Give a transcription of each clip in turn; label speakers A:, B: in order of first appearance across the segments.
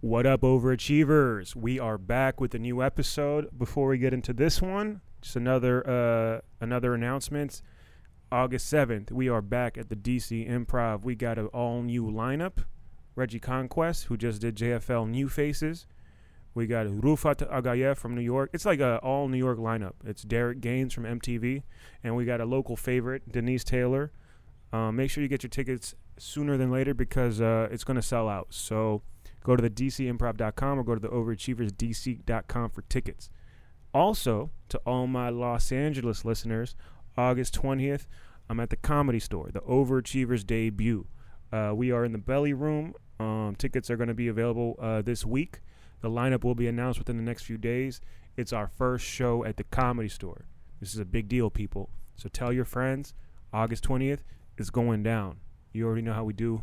A: What up, overachievers? We are back with a new episode. Before we get into this one, just another uh, another announcement. August seventh, we are back at the DC Improv. We got an all new lineup. Reggie Conquest, who just did JFL New Faces. We got Rufat Agayev from New York. It's like a all New York lineup. It's Derek Gaines from MTV, and we got a local favorite, Denise Taylor. Uh, make sure you get your tickets sooner than later because uh, it's going to sell out. So go to the dcimprov.com or go to the overachieversdc.com for tickets. Also, to all my Los Angeles listeners, August 20th, I'm at the Comedy Store, the Overachievers debut. Uh, we are in the Belly Room. Um, tickets are going to be available uh, this week. The lineup will be announced within the next few days. It's our first show at the Comedy Store. This is a big deal, people. So tell your friends. August 20th is going down. You already know how we do.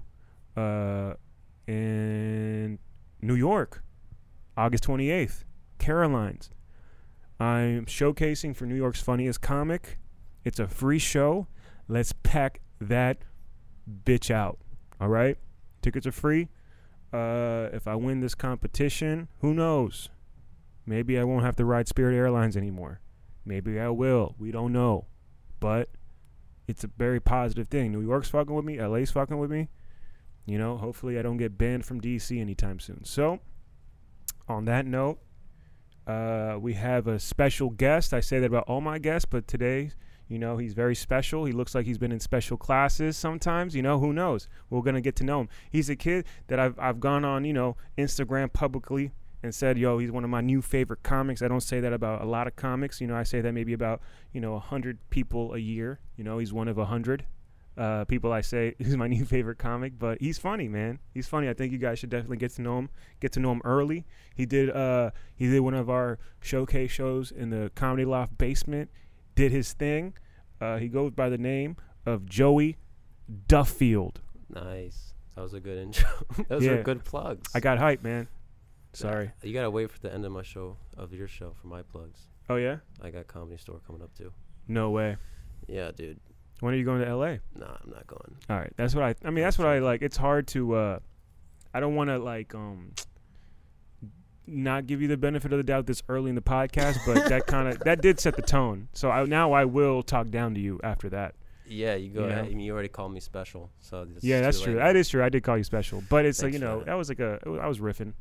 A: Uh, in New York, August 28th, Caroline's. I'm showcasing for New York's funniest comic. It's a free show. Let's pack that bitch out. All right? Tickets are free. Uh, if I win this competition, who knows? Maybe I won't have to ride Spirit Airlines anymore. Maybe I will. We don't know. But it's a very positive thing. New York's fucking with me. LA's fucking with me. You know, hopefully I don't get banned from DC anytime soon. So, on that note, uh, we have a special guest. I say that about all my guests, but today, you know, he's very special. He looks like he's been in special classes sometimes. You know, who knows? We're gonna get to know him. He's a kid that I've I've gone on, you know, Instagram publicly and said, "Yo, he's one of my new favorite comics." I don't say that about a lot of comics. You know, I say that maybe about you know a hundred people a year. You know, he's one of a hundred uh, people I say he's my new favorite comic, but he's funny, man. He's funny. I think you guys should definitely get to know him. Get to know him early. He did uh, he did one of our showcase shows in the Comedy Loft basement. Did his thing. Uh, he goes by the name of Joey Duffield.
B: Nice. That was a good intro. Those
A: Yeah.
B: are good plugs.
A: I got hype, man. Sorry.
B: You gotta wait for the end of my show, of your show, for my plugs.
A: Oh yeah.
B: I got comedy store coming up too.
A: No way.
B: Yeah, dude.
A: When are you going to L.A.?
B: Nah, I'm not going.
A: All right, that's what I. I mean, that's what I like. It's hard to. uh I don't want to like um not give you the benefit of the doubt this early in the podcast, but that kind of that did set the tone. So I, now I will talk down to you after that.
B: Yeah, you go.
A: You know?
B: ahead. I mean, you already called me special, so it's
A: yeah,
B: too
A: that's
B: late
A: true.
B: now.
A: That is true. I did call you special, but it's like
B: Thanks
A: you
B: for
A: know
B: that.
A: that was like a it was- I was riffing.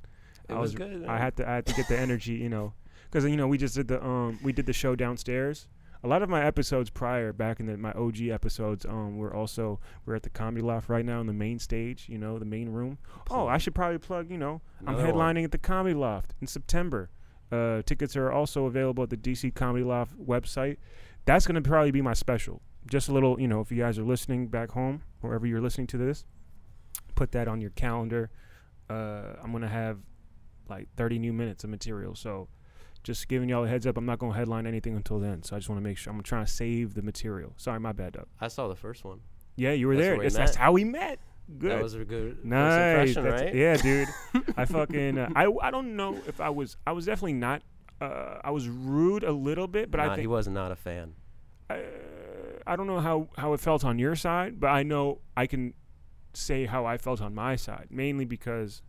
B: It
A: I
B: was
A: was-
B: good.
A: I had to I had to get the energy, you know, because you know we just did the um we did the show downstairs. A lot of my episodes prior, back in the, my OG episodes, um, were also we're at the Comedy Loft right now on the main stage, you know, the main room. Oh, I should probably plug, you know, I'm
B: Another one.
A: headlining at the Comedy Loft in September. Uh, tickets are also available at the DC Comedy Loft website. That's going to probably be my special. Just a little, you know, if you guys are listening back home, wherever you're listening to this, put that on your calendar. Uh, I'm going to have like 30 new minutes of material. So just giving y'all a heads up, I'm not going to headline anything until then. So I just want to make sure I'm trying to save the material. Sorry, my bad, Doug.
B: I saw the first one.
A: Yeah, you were
B: That's
A: there.
B: where we
A: It's- that's
B: met.
A: how we met. Good.
B: That was a good first
A: Nice.
B: impression,
A: That's-
B: right?
A: Yeah, dude. I fucking uh, I I don't know if I was I was definitely not uh, I was rude a little bit, but
B: Nah,
A: I
B: he
A: think
B: was not a fan.
A: I, I don't know how how it felt on your side, but I know I can say how I felt on my side, mainly because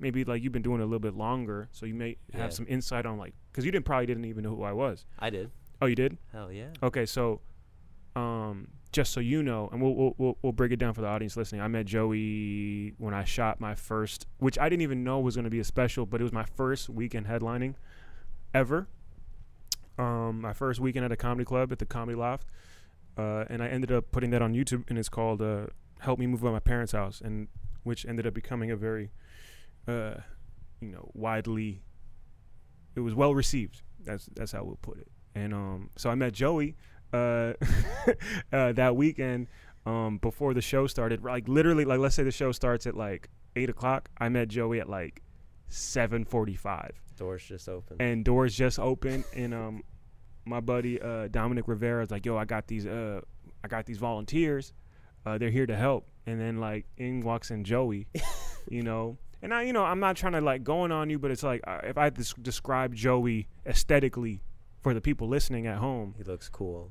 A: maybe like you've been doing it a little bit longer, so you may have
B: Yeah.
A: some insight on like cuz you didn't probably didn't even know who I was.
B: I did.
A: Oh, you did?
B: Hell yeah.
A: Okay, so um, just so you know, and we'll, we'll we'll we'll break it down for the audience listening. I met Joey when I shot my first, which I didn't even know was going to be a special, but it was my first weekend headlining ever. Um, my first weekend at a comedy club at the Comedy Loft, uh, and I ended up putting that on YouTube, and it's called uh, "Help Me Move Out My Parents' House," and which ended up becoming a very, uh, you know, widely. It was well received. That's that's how we'll put it. And um, so I met Joey uh, uh, that weekend um, before the show started. Like literally, like let's say the show starts at like eight o'clock. I met Joey at like seven forty-five
B: Doors just open.
A: and doors just open and um my buddy uh Dominic Rivera is like, "Yo, I got these uh I got these volunteers. Uh they're here to help." And then like in walks in Joey, you know. And I you know, I'm not trying to like going on you, but it's like uh, if I had to s- describe Joey aesthetically for the people listening at home,
B: he looks cool.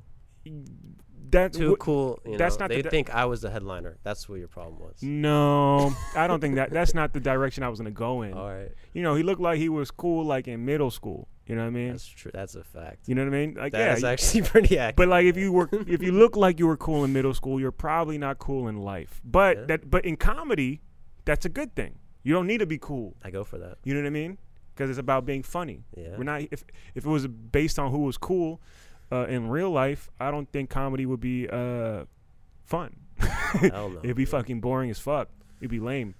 A: That w-
B: Too cool. You
A: that's
B: know,
A: not the Mm.
B: They
A: di-
B: think I was the headliner. That's what your problem was.
A: no, I don't think that. That's not the direction I was gonna go in.
B: All right,
A: You know, he looked like he was cool like in middle school. You know what I mean?
B: that's true. That's a fact.
A: you know what I mean? Like
B: That
A: yeah.
B: is
A: you-
B: actually pretty accurate.
A: but like if you were if you look like you were cool in middle school, you're probably not cool in life. But
B: Yeah.
A: that but in comedy, that's a good thing. You don't need to be cool.
B: I go for that.
A: You know what I mean? Because it's about being funny.
B: Yeah.
A: We're not if if it was based on who was cool uh, in real life, I don't think comedy would be uh, fun.
B: Hell no.
A: It'd be fucking boring as fuck. It'd be lame.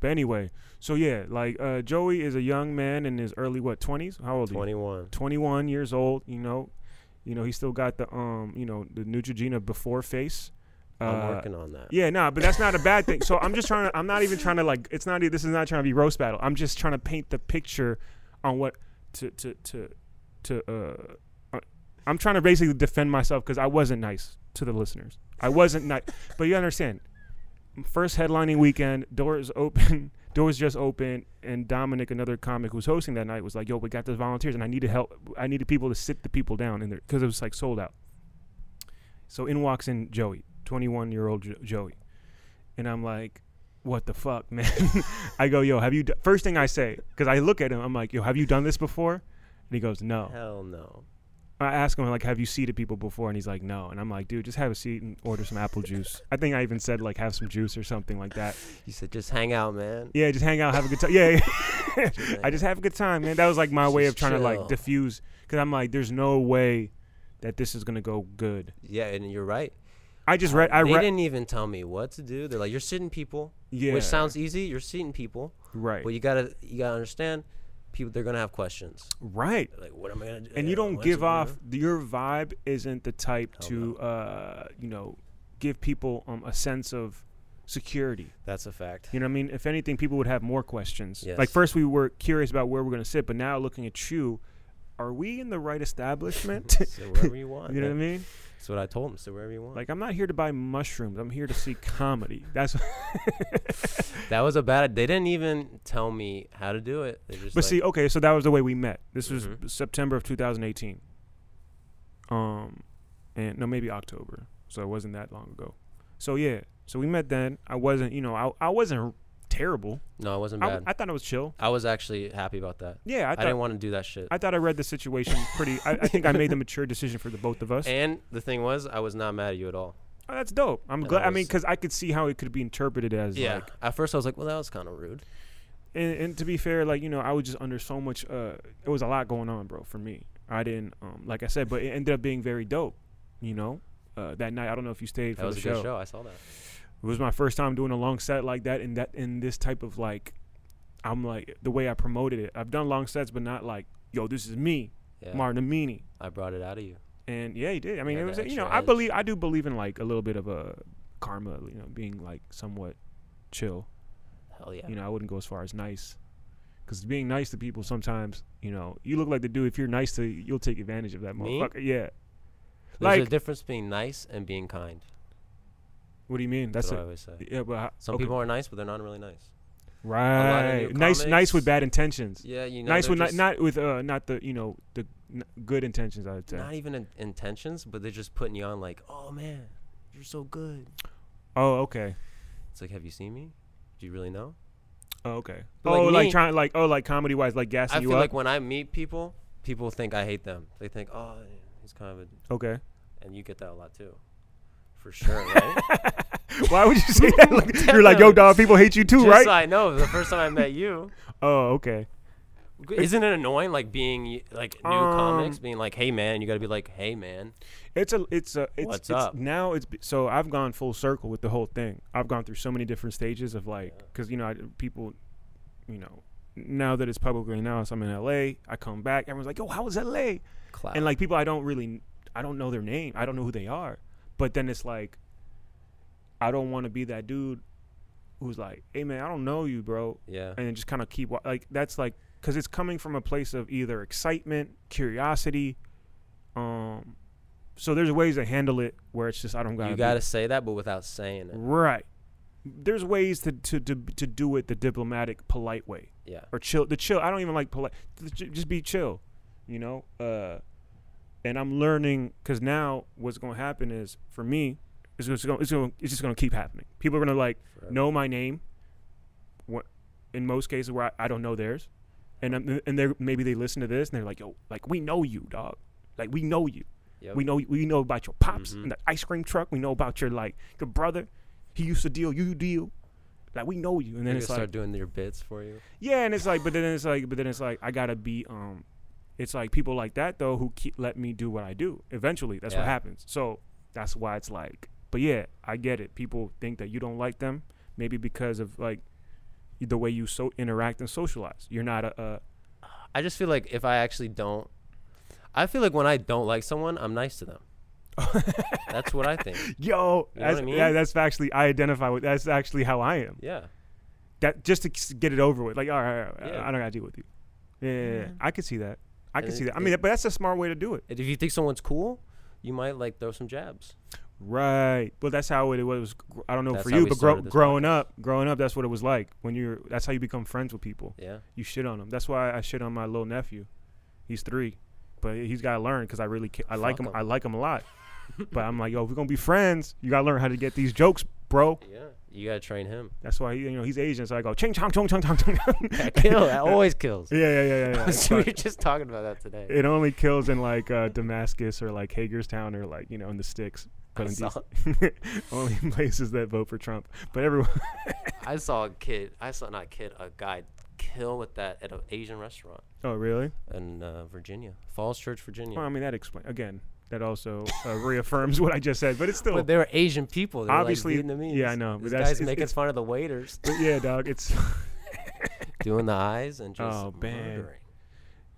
A: But anyway, so yeah, like uh, Joey is a young man in his early what twenties? How old? Twenty.
B: 21.
A: Twenty-one years old. You know, you know he still got the um, you know, the Neutrogena before face.
B: I'm
A: Uh,
B: working on that.
A: yeah, nah, but that's not a bad thing. So I'm just trying to. I'm not even trying to like. It's not. e- This is not trying to be roast battle. I'm just trying to paint the picture on what to to to to. Uh, uh, I'm trying to basically defend myself because I wasn't nice to the listeners. I wasn't nice, but you understand. First headlining weekend, doors open, doors just open, and Dominic, another comic who was hosting that night, was like, "Yo, we got those volunteers, and I needed help. I needed people to sit the people down in there because it was like sold out." So in walks in Joey, 21 year old jo- Joey. And I'm like, what the fuck, man? I go, yo, have you, d-? first thing I say, because I look at him, I'm like, yo, have you done this before? And he goes, no.
B: Hell no.
A: I ask him, like, have you seated people before? And he's like, no. And I'm like, dude, just have a seat and order some apple juice. I think I even said, like, have some juice or something like that.
B: You said just hang out, man.
A: Yeah, just hang out, have a good time. Yeah, yeah.
B: Just
A: I just have a good time, man. That was like my way of
B: Just
A: trying to, like,
B: chill.
A: diffuse, because I'm like, there's no way that this is going to go good.
B: Yeah, and you're right.
A: I just read, I
B: they
A: read,
B: didn't even tell me what to do. They're like, you're sitting people,
A: yeah.
B: which sounds easy. You're sitting people,
A: right.
B: but you gotta you gotta understand, people they're gonna have questions.
A: right.
B: Like, what am I gonna do?
A: and
B: Yeah,
A: you don't
B: what's
A: give
B: it, you
A: off
B: know?
A: your vibe isn't the type
B: Hell
A: to uh you know give people um a sense of security
B: That's a fact.
A: you know what i mean if anything people would have more questions like
B: Yes.
A: first we were curious about where we're going to sit but now looking at you are we in the right establishment
B: Sit wherever you want.
A: you know what i
B: man.
A: mean
B: That's what I told him. Sit wherever you want.
A: like i'm not here to buy mushrooms i'm here to see comedy that's
B: that was a bad. They didn't even tell me how to do it. They just
A: But
B: like,
A: see, okay, so that was the way we met. This was
B: Mhm.
A: September of 2018. Um, and no, maybe October. So it wasn't that long ago. So yeah, so we met then. I wasn't, you know, I I wasn't terrible.
B: no, I wasn't
A: I,
B: bad.
A: I thought I was chill.
B: I, was actually happy about that.
A: Yeah, I
B: I,
A: thought I,
B: didn't want to do that shit.
A: thought I read the situation pretty. I, I think I made the mature decision for the both of us.
B: and the thing was, I was not mad at you at all.
A: oh, that's dope. I'm
B: and
A: glad.
B: I
A: I mean,
B: was-
A: because I could see how it could be interpreted as
B: yeah.
A: like
B: at first, I was like, well, that was kind of rude.
A: and, and to be fair, like you know, I was just under so much. Uh, it was a lot going on, bro, for me. I didn't, um, like I said, but it ended up being very dope. You know, uh, that night I don't know if you stayed for
B: That was
A: the
B: a good
A: show.
B: show. I saw that.
A: It was my first time doing a long set like that, and that in this type of like, I'm like the way I promoted it. I've done long sets, but not like, yo, this is me,
B: Yeah,
A: Martin Amini.
B: I brought it out of you.
A: And yeah, he did. I mean,
B: Yeah,
A: it
B: the
A: was you know,
B: extra
A: I
B: edge.
A: believe I do believe in like a little bit of a karma, you know, being like somewhat chill
B: Hell yeah.
A: you know, I wouldn't go as far as nice. Because being nice to people sometimes, you know, you look like the dude. If you're nice to, you'll take advantage of that
B: Me?
A: motherfucker. Yeah.
B: There's
A: like-
B: a difference between nice and being kind.
A: What do you mean?
B: That's
A: That's
B: what I
A: a,
B: always say.
A: yeah, but how-
B: Some
A: okay.
B: people are nice, but they're not really nice.
A: right.
B: new
A: Nice, nice with
B: comics-
A: bad intentions.
B: Yeah, you know.
A: nice
B: they're
A: with not
B: just
A: not with uh not the you know the n- good intentions. I would say.
B: not even in- intentions, but they're just putting you on like, oh man, you're so good.
A: Oh okay.
B: It's like, have you seen me? Do you really know?
A: Oh okay.
B: But
A: oh
B: like
A: like,
B: me-
A: trying like oh like comedy wise like gassing
B: I
A: you
B: feel
A: up.
B: like when I meet people, people think I hate them. They think, oh, he's kind of a,
A: okay.
B: and you get that a lot too, for sure, right?
A: Why would you say that? Like, you're like yo
B: Definitely.
A: dog. People hate you too,
B: just
A: right?
B: so I know, the first time I met you,
A: oh okay.
B: G- Isn't it annoying, like being like new
A: Um,
B: comics, being like, "Hey man," you got to be like, "Hey man."
A: It's a it's a it's,
B: What's
A: it's
B: up?
A: now it's be- so I've gone full circle with the whole thing. I've gone through so many different stages of like because you know I, people, you know, now that it's publicly announced, I'm in L.A. I come back, everyone's like, "Yo, how was L.A.?"
B: Clap.
A: And like people I don't really I don't know their name, I don't know who they are, but then it's like I don't want to be that dude who's like, "Hey man, I don't know you, bro,"
B: yeah,
A: and then just kind of keep wa- like that's like because it's coming from a place of either excitement, curiosity, um. So there's ways to handle it where it's just I don't got.
B: you got to say that, but without saying it.
A: right. There's ways to, to to to do it the diplomatic, polite way
B: Yeah,
A: or chill. The chill. I don't even like polite. Just be chill, you know. Uh, and I'm learning because now what's going to happen is for me, it's just going it's going it's just going to keep happening. People are going to like
B: Forever.
A: know my name. What in most cases where I, I don't know theirs, and I'm, and they maybe they listen to this and they're like, yo, like we know you, dog. Like we know you.
B: Yep.
A: We know we know about your pops
B: Mhm.
A: and the ice cream truck. We know about your like your brother. He used to deal. You deal. Like we know you. And then
B: They're gonna
A: it's like
B: start doing their bits for you.
A: yeah, and it's like, but then it's like, but then it's like, I gotta be. Um, it's like people like that though who keep, let me do what I do. Eventually, that's what
B: Yeah.
A: happens. So that's why it's like. But yeah, I get it. People think that you don't like them, maybe because of like the way you so interact and socialize. You're not a. a
B: I just feel like if I actually don't, I feel like when I don't like someone, I'm nice to them. That's what I think.
A: Yo,
B: You know what I
A: that's,
B: mean?
A: yeah, that's actually I identify with. That's actually how I am.
B: Yeah.
A: That just to s- get it over with. Like, all right, all right, all right,
B: Yeah.
A: I don't gotta deal with you. Yeah, yeah, yeah. I could see that. I could
B: And
A: see
B: it-
A: that. I mean,
B: it-
A: but that's a smart way to do it.
B: And If you think someone's cool, you might like throw some jabs.
A: Right. Well, that's how it was. gr- I don't know
B: That's
A: for
B: how
A: you,
B: we
A: but grow,
B: started this
A: growing up, growing up, that's what it was like. When you're, that's how you become friends with people.
B: Yeah.
A: You shit on them. That's why I shit on my little nephew. He's three, but he's got to learn because I really, ca- I like
B: Fuck
A: him.
B: him.
A: I like him a lot. but I'm like, yo, if we're gonna be friends, you gotta learn how to get these jokes, bro.
B: Yeah. You gotta train him.
A: That's why he, you know he's Asian, so I go ching chong chong chong chong chong.
B: That kill. That always kills.
A: Yeah, yeah, yeah, yeah. yeah. It's
B: we were
A: like-
B: just talking about that today.
A: it only kills in like uh, Damascus or like Hagerstown or like you know in the sticks. But
B: I
A: in
B: saw,
A: DC only places that vote for Trump. But everyone.
B: I saw a kid. I saw not a kid, a guy kill with that at an Asian restaurant
A: Oh, really?
B: in uh, Virginia, Falls Church, Virginia.
A: Well, I mean, that explains again. That also uh, reaffirms what I just said, but it's still,
B: But they were Asian people. They
A: Obviously-
B: were like Vietnamese.
A: yeah, I know, but
B: This
A: that's-
B: guy's
A: it's-
B: making
A: it's-
B: fun of the waiters,
A: but yeah, dog. It's
B: doing the eyes and just
A: Oh, man.
B: murdering.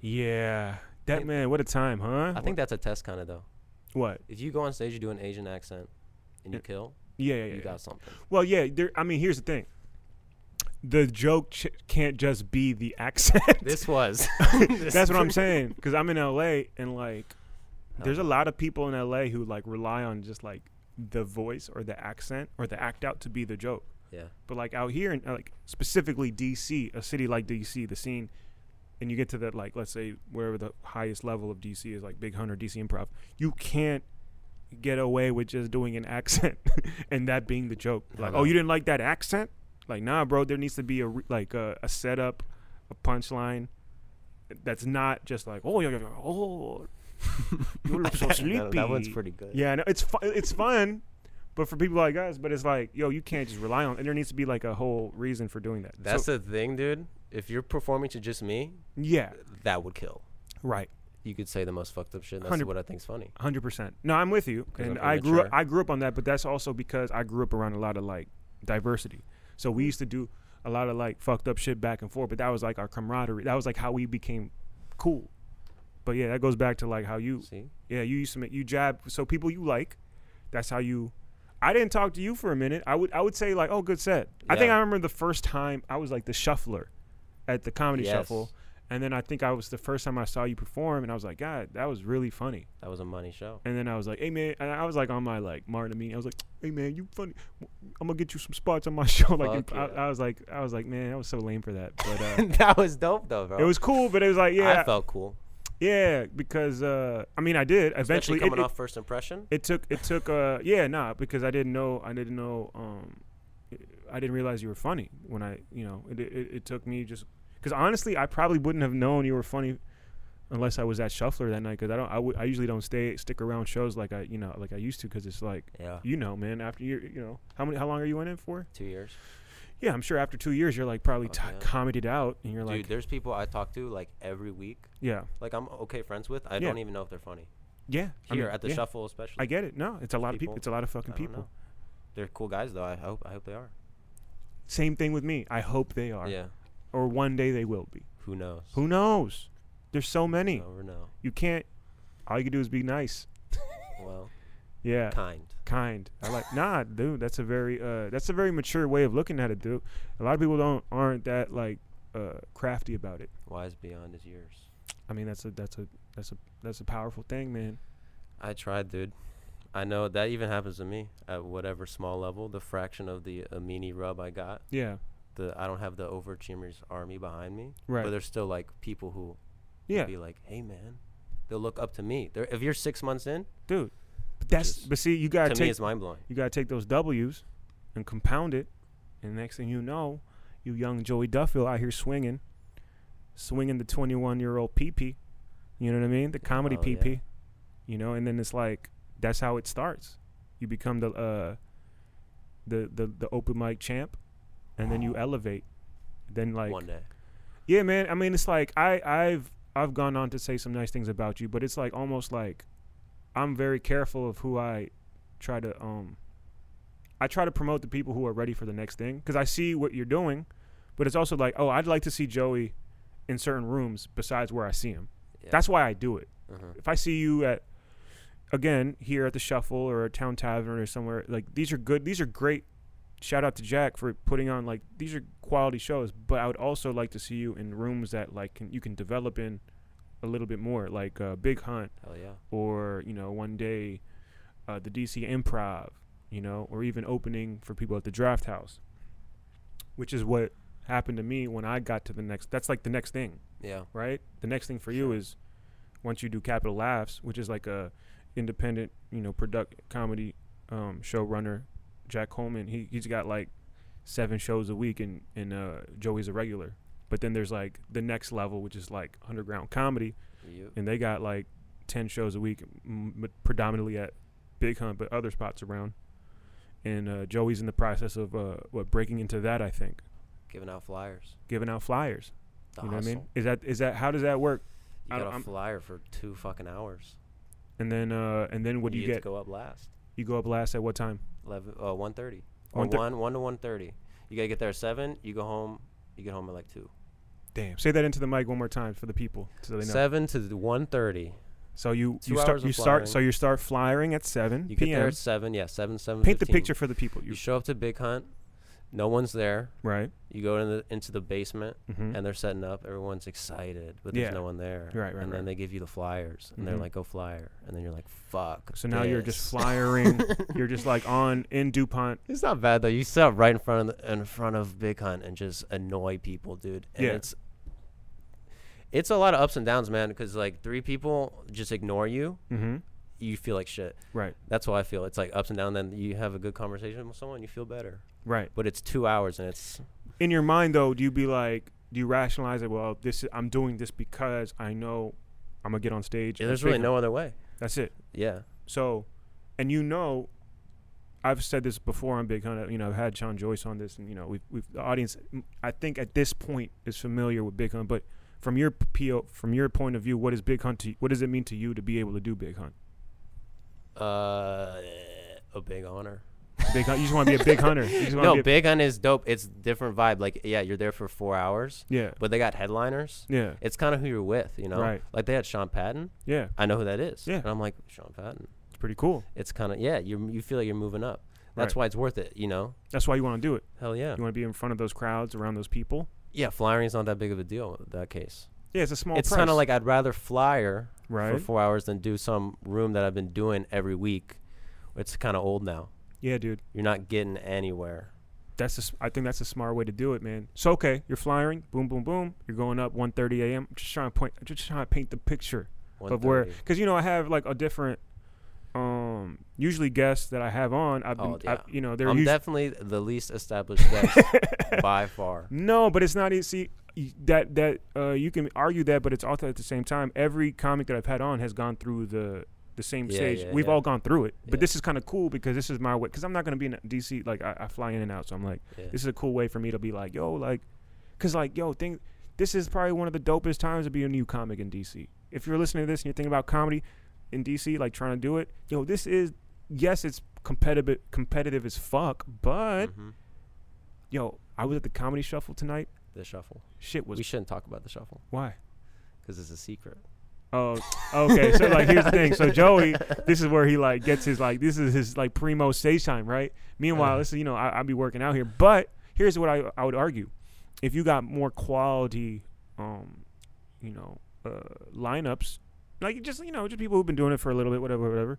A: yeah, that
B: It-
A: man. What a time, huh?
B: I think that's a test kind of though.
A: what?
B: If you go on stage, you do an Asian accent, and you kill,
A: Yeah, yeah, yeah.
B: you got something.
A: Well, yeah. There, I mean, here's the thing. The joke ch- can't just be the accent.
B: This was.
A: that's what I'm saying. Because I'm in LA, and like, there's a lot of people in LA who like rely on just like the voice or the accent or the act out to be the joke.
B: Yeah.
A: But like out here, in, uh, like specifically DC, a city like DC, the scene, and you get to that like let's say wherever the highest level of DC is, like Big Hunter, DC Improv, you can't get away with just doing an accent and that being the joke.
B: No,
A: Like,
B: no.
A: oh, you didn't like that accent? Like, nah, bro. There needs to be a re- like a, a setup, a punchline. That's not just like oh yeah yeah yeah oh you look so sleepy.
B: that, that one's pretty good.
A: Yeah, I know it's fun. It's fun, but for people like us, but it's like, yo, you can't just rely on. And there needs to be like a whole reason for doing that. So-
B: That's the thing, dude. If you're performing to just me,
A: yeah,
B: that would kill.
A: right,
B: You could say the most fucked up shit. and That's
A: Hundred-
B: what I think's funny.
A: hundred percent. No, I'm with you,
B: 'Cause
A: and
B: I'm
A: I grew up.
B: immature.
A: I grew up on that, but that's also because I grew up around a lot of like diversity. So we used to do a lot of like fucked up shit back and forth, but that was like our camaraderie. That was like how we became cool. But yeah, that goes back to like how you
B: See?
A: Yeah, you used to make you jab so people you like. That's how you. I didn't talk to you for a minute. I would I would say like, oh, good set. I think
B: Yeah.
A: I remember the first time I was like the shuffler at the comedy
B: Yes.
A: shuffle, and then I think I was the first time I saw you perform, and I was like, God, that was really funny.
B: That was a money show.
A: And then I was like, hey man, and I was like on my like Martin Amin. I was like, hey man, you funny. I'm gonna get you some spots on my show. Like
B: Fuck
A: I,
B: yeah.
A: I was like I was like man, I was so lame for that, but uh,
B: that was dope though, bro.
A: it was cool. But it was like yeah,
B: I felt cool.
A: yeah, because uh, I mean I did
B: Especially
A: eventually. it-
B: coming
A: it-
B: off first impression.
A: It took it took uh yeah nah because I didn't know I didn't know um I didn't realize you were funny when I you know it it, it took me just because honestly I probably wouldn't have known you were funny unless I was at Shuffler that night because I don't I, w- I usually don't stay stick around shows like I you know like I used to because it's like
B: Yeah.
A: you know man after you you know how many how long are you in it for
B: Two years.
A: yeah I'm sure after two years you're like probably
B: Oh,
A: t-
B: yeah.
A: comedied out and you're like
B: Dude, there's people I talk to like every week.
A: yeah
B: Like I'm okay friends with. I
A: Yeah.
B: don't even know if they're funny.
A: yeah I
B: Here
A: mean,
B: at the
A: yeah,
B: shuffle, especially.
A: I get it no it's a lot of people
B: People.
A: it's a lot of
B: I
A: fucking
B: don't
A: people
B: know. They're cool guys though. I hope. I hope they are.
A: same thing with me I hope they are
B: Yeah.
A: or one day they will be.
B: Who knows?
A: Who knows? There's so many.
B: You never know.
A: You can't. All you can do is be nice.
B: Well,
A: Yeah,
B: kind.
A: kind. I like. Nah, dude, that's a very uh, that's a very mature way of looking at it, dude. A lot of people don't aren't that like uh, crafty about it.
B: Wise beyond his years.
A: I mean, that's a that's a that's a that's a powerful thing, man.
B: I tried, dude. I know that even happens to me at whatever small level. The fraction of the Amini rub I got.
A: Yeah,
B: The I don't have the overachievers army behind me,
A: right.
B: but there's still like people who
A: yeah,
B: would be like, "Hey, man, They'll look up to me. They're, if you're six months in,
A: dude. But that's
B: is-
A: but see, you gotta
B: to me
A: take
B: it's mind blowing.
A: you gotta take those W's and compound it, and next thing you know, you young Joey Duffield out here swinging, swinging the 21 year old PP. You know what I mean? The comedy
B: Oh, yeah.
A: PP. You know, and then it's like that's how it starts. You become the uh, the the the open mic champ, and then you elevate. Then like
B: One day,
A: yeah, man. I mean, it's like I I've I've gone on to say some nice things about you, but it's like almost like I'm very careful of who I try to um I try to promote the people who are ready for the next thing cuz I see what you're doing, but it's also like, oh, I'd like to see Joey in certain rooms besides where I see him.
B: Yeah.
A: That's why I do it.
B: uh-huh.
A: If I see you at again here at the Shuffle or a Town Tavern or somewhere, like these are good, these are great. Shout out to Jack for putting on like these are quality shows, but I would also like to see you in rooms that like can, you can develop in a little bit more, like uh, Big Hunt
B: hell yeah,
A: or you know one day uh, the DC Improv, you know, or even opening for people at the Draft House, which is what happened to me when I got to the next. That's like the next thing
B: yeah,
A: right? The next thing for you is once you do Capital Laughs, which is like a independent, you know, product comedy um, showrunner, Jack Coleman. He he's got like seven shows a week, and and uh, Joey's a regular. But then there's like the next level, which is like underground comedy,
B: you,
A: and they got like ten shows a week, m- but predominantly at Big Hunt, but other spots around. And uh, Joey's in the process of uh, what breaking into that, I think,
B: giving out flyers.
A: giving out flyers.
B: The
A: you know
B: hustle.
A: what I mean? Is that is that how does that work?
B: You
A: I
B: got
A: don't-
B: a
A: I'm-
B: flyer for two fucking hours.
A: And then uh and then what do you,
B: get
A: get?
B: to go up last?
A: you go up last at what time?
B: 11, uh, 1.30. Or
A: One thir-
B: 1, 1 to 1.30. You got to get there at 7. You go home. You get home at like 2.
A: Damn. Say that into the mic one more time for the people so they know.
B: 7 to the 1.30.
A: So you
B: Two
A: you start
B: hours of
A: you start
B: flyering.
A: so you start flyering at 7
B: You get there
A: p.m.
B: at 7. Yeah, 7, 7
A: Paint the picture for the people.
B: You
A: You
B: show up to Big Hunt. No one's there.
A: right?
B: You go in the, into the basement,
A: Mm-hmm.
B: and they're setting up. Everyone's excited, but
A: Yeah.
B: there's no one there.
A: Right, right, right.
B: And then they give you the flyers, and they're
A: Mhm.
B: like, "Go flyer," and then you're like, "Fuck."
A: so now you're just
B: this."
A: flyering. you're just like on in DuPont.
B: It's not bad though. You sit up right in front of the, in front of Big Hunt and just annoy people, dude. And
A: Yeah.
B: it's it's a lot of ups and downs, man. Because like three people just ignore you,
A: Mm-hmm.
B: you feel like shit.
A: Right.
B: That's how I feel. It's like ups and downs. Then you have a good conversation with someone, you feel better.
A: Right.
B: But it's two hours, and it's
A: In your mind though, do you be like do you rationalize it? Well, this is, I'm doing this because I know I'm gonna get on stage.
B: yeah,
A: and
B: there's really
A: figure-
B: no other way.
A: That's it.
B: Yeah,
A: So, and you know, I've said this before on Big Hunt. You know, I've had Sean Joyce on this, and you know, we've, we've the audience. m- I think at this point is familiar with Big Hunt, but from your p- PO, from your point of view, what is Big Hunt? To, what does it mean to you to be able to do Big Hunt?
B: uh, a big honor.
A: Big Hunt. You just want to be a big hunter. You just wanna
B: No,
A: be a-
B: Big Hunt is dope. It's different vibe. Like yeah, you're there for four hours,
A: yeah.
B: but they got headliners.
A: Yeah.
B: It's kind of who you're with, you know.
A: Right.
B: Like they had Sean Patton.
A: Yeah.
B: I know who that is.
A: Yeah.
B: And I'm like, Sean Patton.
A: It's pretty cool.
B: It's kind of, yeah, you you feel like you're moving up. That's
A: Right.
B: why it's worth it, you know?
A: That's why you want to do it.
B: Hell yeah.
A: You want to be in front of those crowds, around those people.
B: Yeah, flyering is not that big of a deal in that case.
A: Yeah, it's a small.
B: it's
A: price,
B: kind of like I'd rather flyer for
A: right.
B: four hours than do some room that I've been doing every week. It's kind of old now.
A: Yeah, dude.
B: You're not getting anywhere.
A: that's a s I think that's a smart way to do it, man. So okay, you're flying, boom, boom, boom. You're going up 1:30 a.m. Just trying to point, just trying to paint the picture of where,
B: 1:30.
A: because you know I have like a different, um, usually guests that I have on. I've been,
B: Oh, yeah.
A: I, you know, they're
B: I'm
A: usually
B: definitely the least established guest by far.
A: no, but it's not easy. See, That that uh, you can argue that, but it's also at the same time every comic that I've had on has gone through the the same
B: Yeah,
A: stage.
B: yeah,
A: We've
B: yeah.
A: all gone through it, but
B: Yeah.
A: this is kind of cool because this is my way. Because I'm not gonna be in DC like I, I fly in and out, so I'm like.
B: Yeah.
A: this is a cool way for me to be like, yo, like, cause like, yo, think this is probably one of the dopest times to be a new comic in DC. If you're listening to this and you're thinking about comedy in DC, like trying to do it, yo, this is yes, it's competitive, competitive as fuck, but
B: Mhm.
A: yo, I was at the comedy shuffle tonight.
B: The shuffle.
A: Shit was
B: We shouldn't talk about the shuffle
A: why?
B: because it's a secret.
A: Oh, okay. so like, here's the thing. So Joey, this is where he like gets his like this is his like primo stage time, right? Meanwhile,
B: Uh.
A: this is you know I, I be working out here, but here's what I I would argue: if you got more quality, um, you know, uh, lineups, like just you know just people who've been doing it for a little bit, whatever, whatever.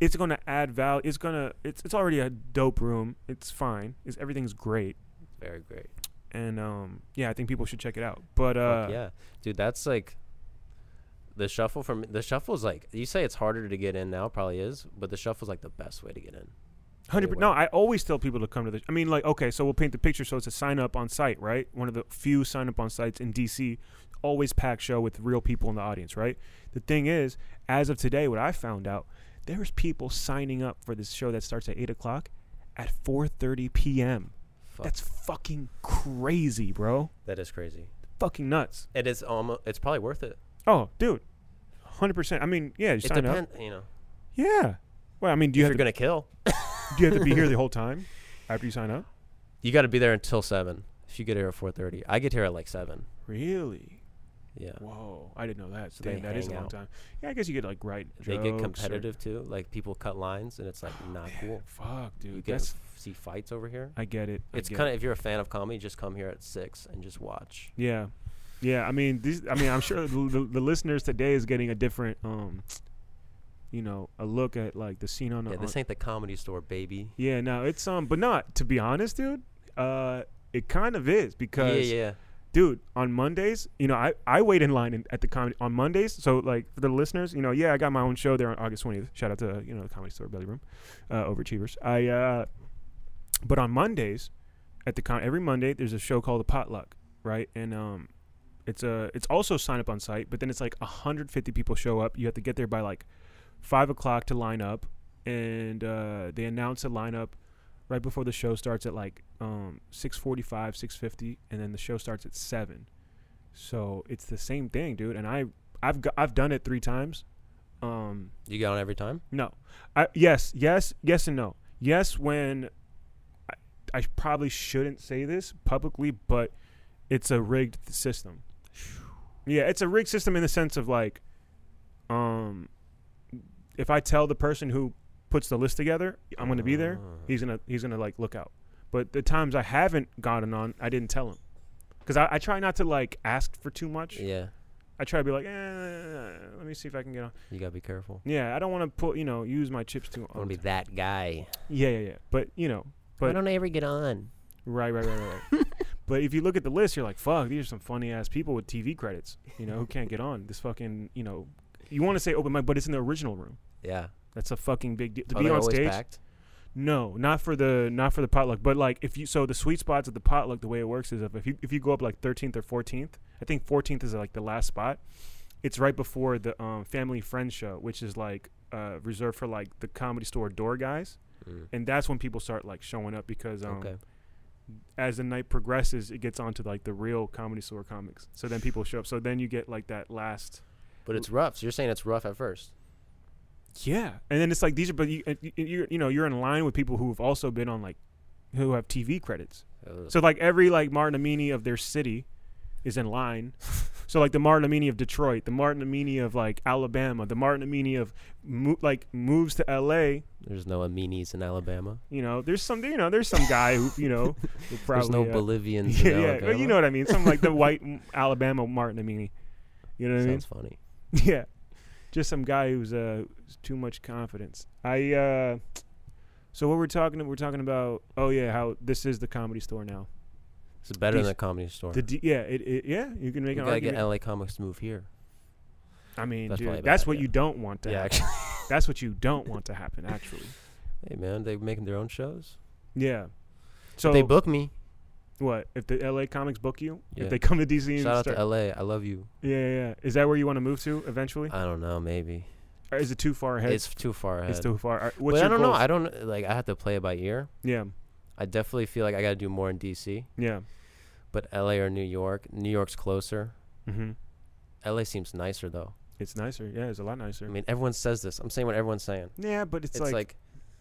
A: It's gonna add value. It's gonna. It's it's already a dope room. It's fine. It's everything's great,
B: Very great.
A: and um, yeah, I think people should check it out. But uh,
B: Fuck yeah, dude, that's like The shuffle from the shuffle's like you say it's harder to get in now, probably is, but the shuffle's like the best way to get in.
A: Hundred
B: Either
A: percent. No, I always tell people to come to the. I mean, like, okay, so we'll paint the picture. So it's a sign up on site, right? One of the few sign up on sites in DC. Always packed show with real people in the audience, right? The thing is, as of today, what I found out, there's people signing up for this show that starts at eight o'clock, at four thirty p.m.
B: Fuck,
A: That's fucking crazy, bro.
B: that is crazy.
A: Fucking nuts.
B: It is almost. It's probably worth it.
A: Oh, dude, hundred percent. I mean, yeah, you
B: It
A: sign up.
B: depends. You know,
A: Yeah. Well, I mean, do you
B: if
A: have to,
B: you're gonna kill,
A: do you have to be here the whole time after you sign up?
B: you got to be there until seven. If you get here at four thirty, I get here at like seven.
A: Really?
B: Yeah.
A: Whoa, I didn't know that.
B: So
A: Dang,
B: they
A: that is a
B: hang
A: long
B: out.
A: time. Yeah, I guess you get like right.
B: They get competitive too. Like people cut lines, and it's like not cool.
A: Fuck,
B: You
A: Oh, dude.
B: get to
A: That's
B: f- see fights over here.
A: I get it. I
B: It's
A: get
B: kind
A: it.
B: of if you're a fan of comedy, just come here at six and just watch.
A: yeah, yeah. I mean, these. I mean, I'm sure the, the, the listeners today is getting a different, um, you know, a look at like the scene on the.
B: Yeah, this
A: on-
B: ain't the comedy store, baby.
A: yeah, no, it's um, but not to be honest, dude. Uh, it kind of is
B: Yeah,
A: because
B: yeah.
A: dude on mondays you know i, I wait in line in, at the comedy on mondays so like for the listeners you know yeah i got my own show there on august 20th shout out to you know the comedy store belly room uh, overachievers i uh but on mondays at the con every monday there's a show called the potluck right and um it's a it's also sign up on site but then it's like 150 people show up you have to get there by like five o'clock to line up and uh they announce a lineup right before the show starts at like um 6:45, 6:50 and then the show starts at 7. So it's the same thing, dude, and I I've go- I've done it 3 times. Um
B: You got on every time.
A: no. I yes, yes, yes and no. Yes when I, I probably shouldn't say this publicly, but it's a rigged th- system. Yeah, it's a rigged system in the sense of like um if I tell the person who puts the list together, I'm going to be there
B: Ah.
A: he's gonna he's gonna like look out. But the times I haven't gotten on, I didn't tell him, because I, I try not to like ask for too much.
B: Yeah,
A: I try to be like, eh, let me see if I can get on.
B: you gotta be careful.
A: Yeah, I don't want to put you know use my chips too.
B: I want to
A: much.
B: be that guy.
A: Yeah, yeah, yeah. But you know,
B: Why
A: But-
B: don't I ever get on?
A: right, right, right, right. right. but if you look at the list, you're like, fuck, these are some funny ass people with TV credits, you know, who can't get on this fucking you know. You want to say open mic, but it's in the original room.
B: Yeah,
A: That's a fucking big deal to
B: Are
A: be
B: they
A: on
B: Oh, always
A: stage.
B: packed?
A: No, not for the not for the potluck, but like if you so the sweet spots at the potluck, the way it works is if if you if you go up like 13th or 14th, I think 14th is like the last spot. It's right before the um, family friend show, which is like uh, reserved for like the comedy store door guys,
B: Mm,
A: and that's when people start like showing up because um,
B: okay.
A: as the night progresses, it gets onto like the real comedy store comics. So then people show up. So then you get like that last
B: But it's rough. So you're saying it's rough at first.
A: Yeah, and then it's like these are, but you you, you you know you're in line with people who have also been on like who have TV credits.
B: Ugh.
A: So like every like Martin Amini of their city is in line. so like the Martin Amini of Detroit, the Martin Amini of like Alabama, the Martin Amini of mo- like moves to LA.
B: There's no Aminis in Alabama.
A: You know, there's some you know there's some guy who you know who probably
B: There's no
A: uh,
B: Bolivians
A: yeah,
B: in
A: yeah,
B: Alabama.
A: but you know what I mean. Some like the white m- Alabama Martin Amini. You know what I mean?
B: Sounds funny.
A: Yeah, just some guy who's uh who's too much confidence. I uh, so what we're talking we're talking about? Oh yeah, how this is the comedy store now.
B: It's better
A: These-
B: than a comedy store.
A: The D, yeah, it, it yeah you can
B: we
A: make an
B: gotta
A: argument.
B: get LA Comics to move here.
A: I mean,
B: That's probably a
A: dude,
B: bad
A: that's what
B: idea.
A: you don't want to.
B: Yeah,
A: happen.
B: actually.
A: That's what you don't want to happen. Actually,
B: Hey man, they making their own shows.
A: yeah. So
B: So they book me.
A: what if the LA comics book you?
B: Yeah.
A: If they come to DC and
B: Shout out
A: start,
B: to LA. I love you.
A: yeah, yeah, yeah. Is that where you want to move to eventually?
B: I don't know. Maybe
A: or is it too far ahead?
B: it's too far ahead.
A: It's too far. All right,
B: but
A: What's
B: I
A: your
B: don't know.
A: goals?
B: I don't like. I have to play it by ear.
A: yeah,
B: I definitely feel like I got to do more in DC,
A: yeah.
B: but LA or New York. New York's closer.
A: Mm-hmm.
B: LA seems nicer though.
A: It's nicer. Yeah, it's a lot nicer.
B: I mean, everyone says this. I'm saying what everyone's saying.
A: yeah, but it's,
B: It's,
A: like,
B: like,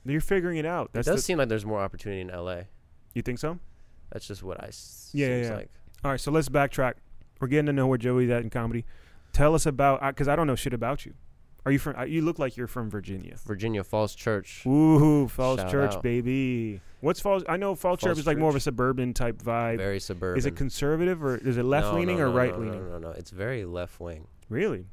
A: you're figuring it out.
B: it
A: That's
B: does
A: the,
B: seem like there's more opportunity in LA.
A: you think so?
B: That's just what I s-
A: Yeah, yeah,
B: seems
A: yeah.
B: like.
A: All right, so let's backtrack. We're getting to know where Joey's at in comedy. Tell us about because I don't know shit about you. Are you from? uh, You look like you're from Virginia.
B: Virginia Falls Church.
A: Ooh, Falls
B: Shout
A: Church,
B: out.
A: baby. What's Falls? I know Falls, Church
B: Falls
A: is like more of a
B: Church.
A: suburban type vibe.
B: Very suburban.
A: Is it conservative or is it
B: No,
A: left leaning
B: no,
A: or
B: no, no,
A: right
B: no,
A: leaning?
B: No, no, no. It's very left wing.
A: Really?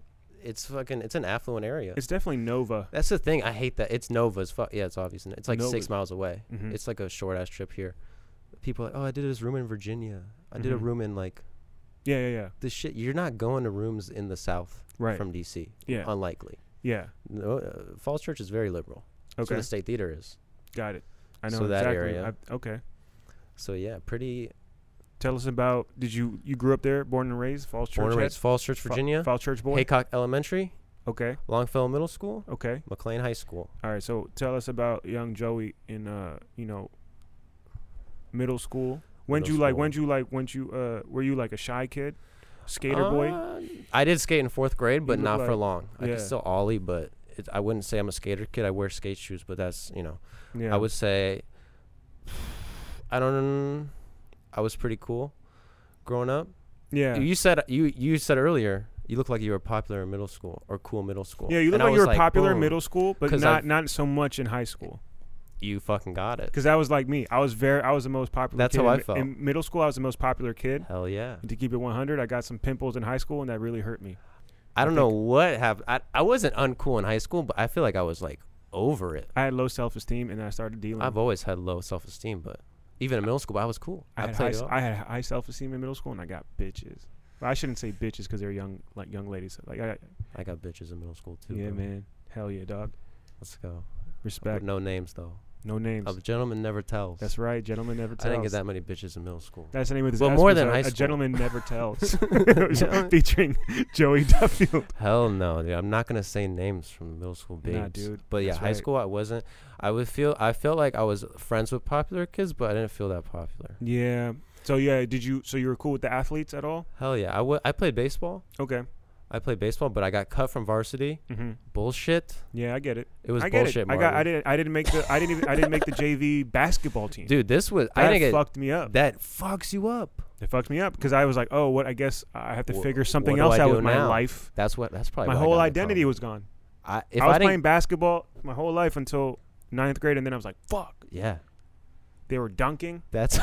B: It's fucking. It's an affluent area.
A: It's definitely Nova.
B: That's the thing. I hate that. It's Nova's. Fuck yeah, it's obvious. It's like
A: Nova's.
B: six miles away.
A: Mhm.
B: It's like a short ass trip here. People are like, oh, I did this room in Virginia. I did a
A: Mhm.
B: room in like
A: Yeah, yeah, yeah.
B: This shit, you're not going to rooms in the South
A: Right.
B: from um, D.C.
A: yeah.
B: Unlikely.
A: yeah.
B: No, uh, Falls Church is very liberal. That's
A: Okay.
B: where the State Theater is.
A: Got it. I know
B: So that
A: exactly.
B: area.
A: I, okay.
B: So yeah, pretty
A: Tell us about. Did you you grew up there, born and raised, Falls Church?
B: born and
A: head?
B: raised Falls Church,
A: Fa-
B: Virginia.
A: Falls Church boy.
B: Haycock Elementary,
A: Okay.
B: Longfellow Middle School,
A: Okay.
B: McLean High School.
A: All right. So tell us about young Joey in uh you know middle school. When would you
B: Middle
A: like?
B: school.
A: When would you like? When would you uh were you like a shy kid, skater boy?
B: Uh, I did skate in fourth grade, but
A: look
B: not for
A: like-
B: long. I
A: yeah.
B: could still ollie, but it, I wouldn't say I'm a skater kid. I wear skate shoes, but that's you know.
A: Yeah.
B: I would say I don't. I was pretty cool growing up.
A: Yeah.
B: You said you you said earlier you look like you were popular in middle school or cool middle school.
A: Yeah, you look
B: And I
A: like you
B: was
A: were popular in
B: boom,
A: middle school, but
B: 'Cause
A: not
B: I've-
A: not so much in high school.
B: You fucking got it.
A: Because that was like me. I was very I was the most popular.
B: That's
A: kid
B: how
A: in,
B: I
A: mi-
B: felt.
A: in middle school. I was the most popular kid.
B: Hell yeah.
A: And to keep it 100, I got some pimples in high school, and that really hurt me.
B: I don't
A: think-
B: know what happened. I, I wasn't uncool in high school, but I feel like I was like over it.
A: I had low self esteem, and I started dealing.
B: I've always had low self esteem, but even in middle school, I was cool.
A: I
B: I,
A: had high,
B: played
A: s-
B: it off.
A: I had high self esteem in middle school, and I got bitches. Well, I shouldn't say bitches because they're young like young ladies. Like I got,
B: I got bitches in middle school too.
A: yeah,
B: bro.
A: man, hell yeah, dog.
B: Let's go. But
A: Respect.
B: no names though.
A: No names.
B: A gentleman never tells.
A: That's right. Gentlemen never
B: I
A: tell.
B: didn't get that many bitches in middle school.
A: That's the name of this.
B: Well,
A: episode.
B: more than
A: a,
B: high
A: A
B: school.
A: gentleman never tells.
B: Gentlemen-
A: Featuring Joey Duffield.
B: Hell no, dude. I'm not gonna say names from middle school babes.
A: Nah, dude.
B: But yeah,
A: That's
B: high
A: right.
B: school I wasn't. I would feel. I felt like I was friends with popular kids, but I didn't feel that popular.
A: Yeah. So yeah, did you? So you were cool with the athletes at all?
B: Hell yeah. I wa- I played baseball.
A: Okay.
B: I played baseball, but I got cut from varsity.
A: Mm-hmm.
B: Bullshit.
A: Yeah, I get it.
B: It was
A: I get
B: bullshit.
A: it. I got. I
B: Marvin.
A: didn't. I didn't make the. I didn't even. I didn't make the JV basketball team.
B: Dude, this was.
A: that
B: I didn't
A: fucked me up.
B: get. That fucks you up.
A: It fucked me up because I was like, oh, what? I guess I have to
B: Wha-
A: figure something
B: what do
A: else
B: I
A: out
B: do
A: with my
B: now?
A: life.
B: That's what. That's probably
A: My
B: why I
A: whole
B: got in the
A: identity
B: trouble.
A: was gone.
B: I, if
A: I was
B: I didn't,
A: playing basketball my whole life until ninth grade, and then I was like, fuck.
B: Yeah,
A: They were dunking.
B: that's.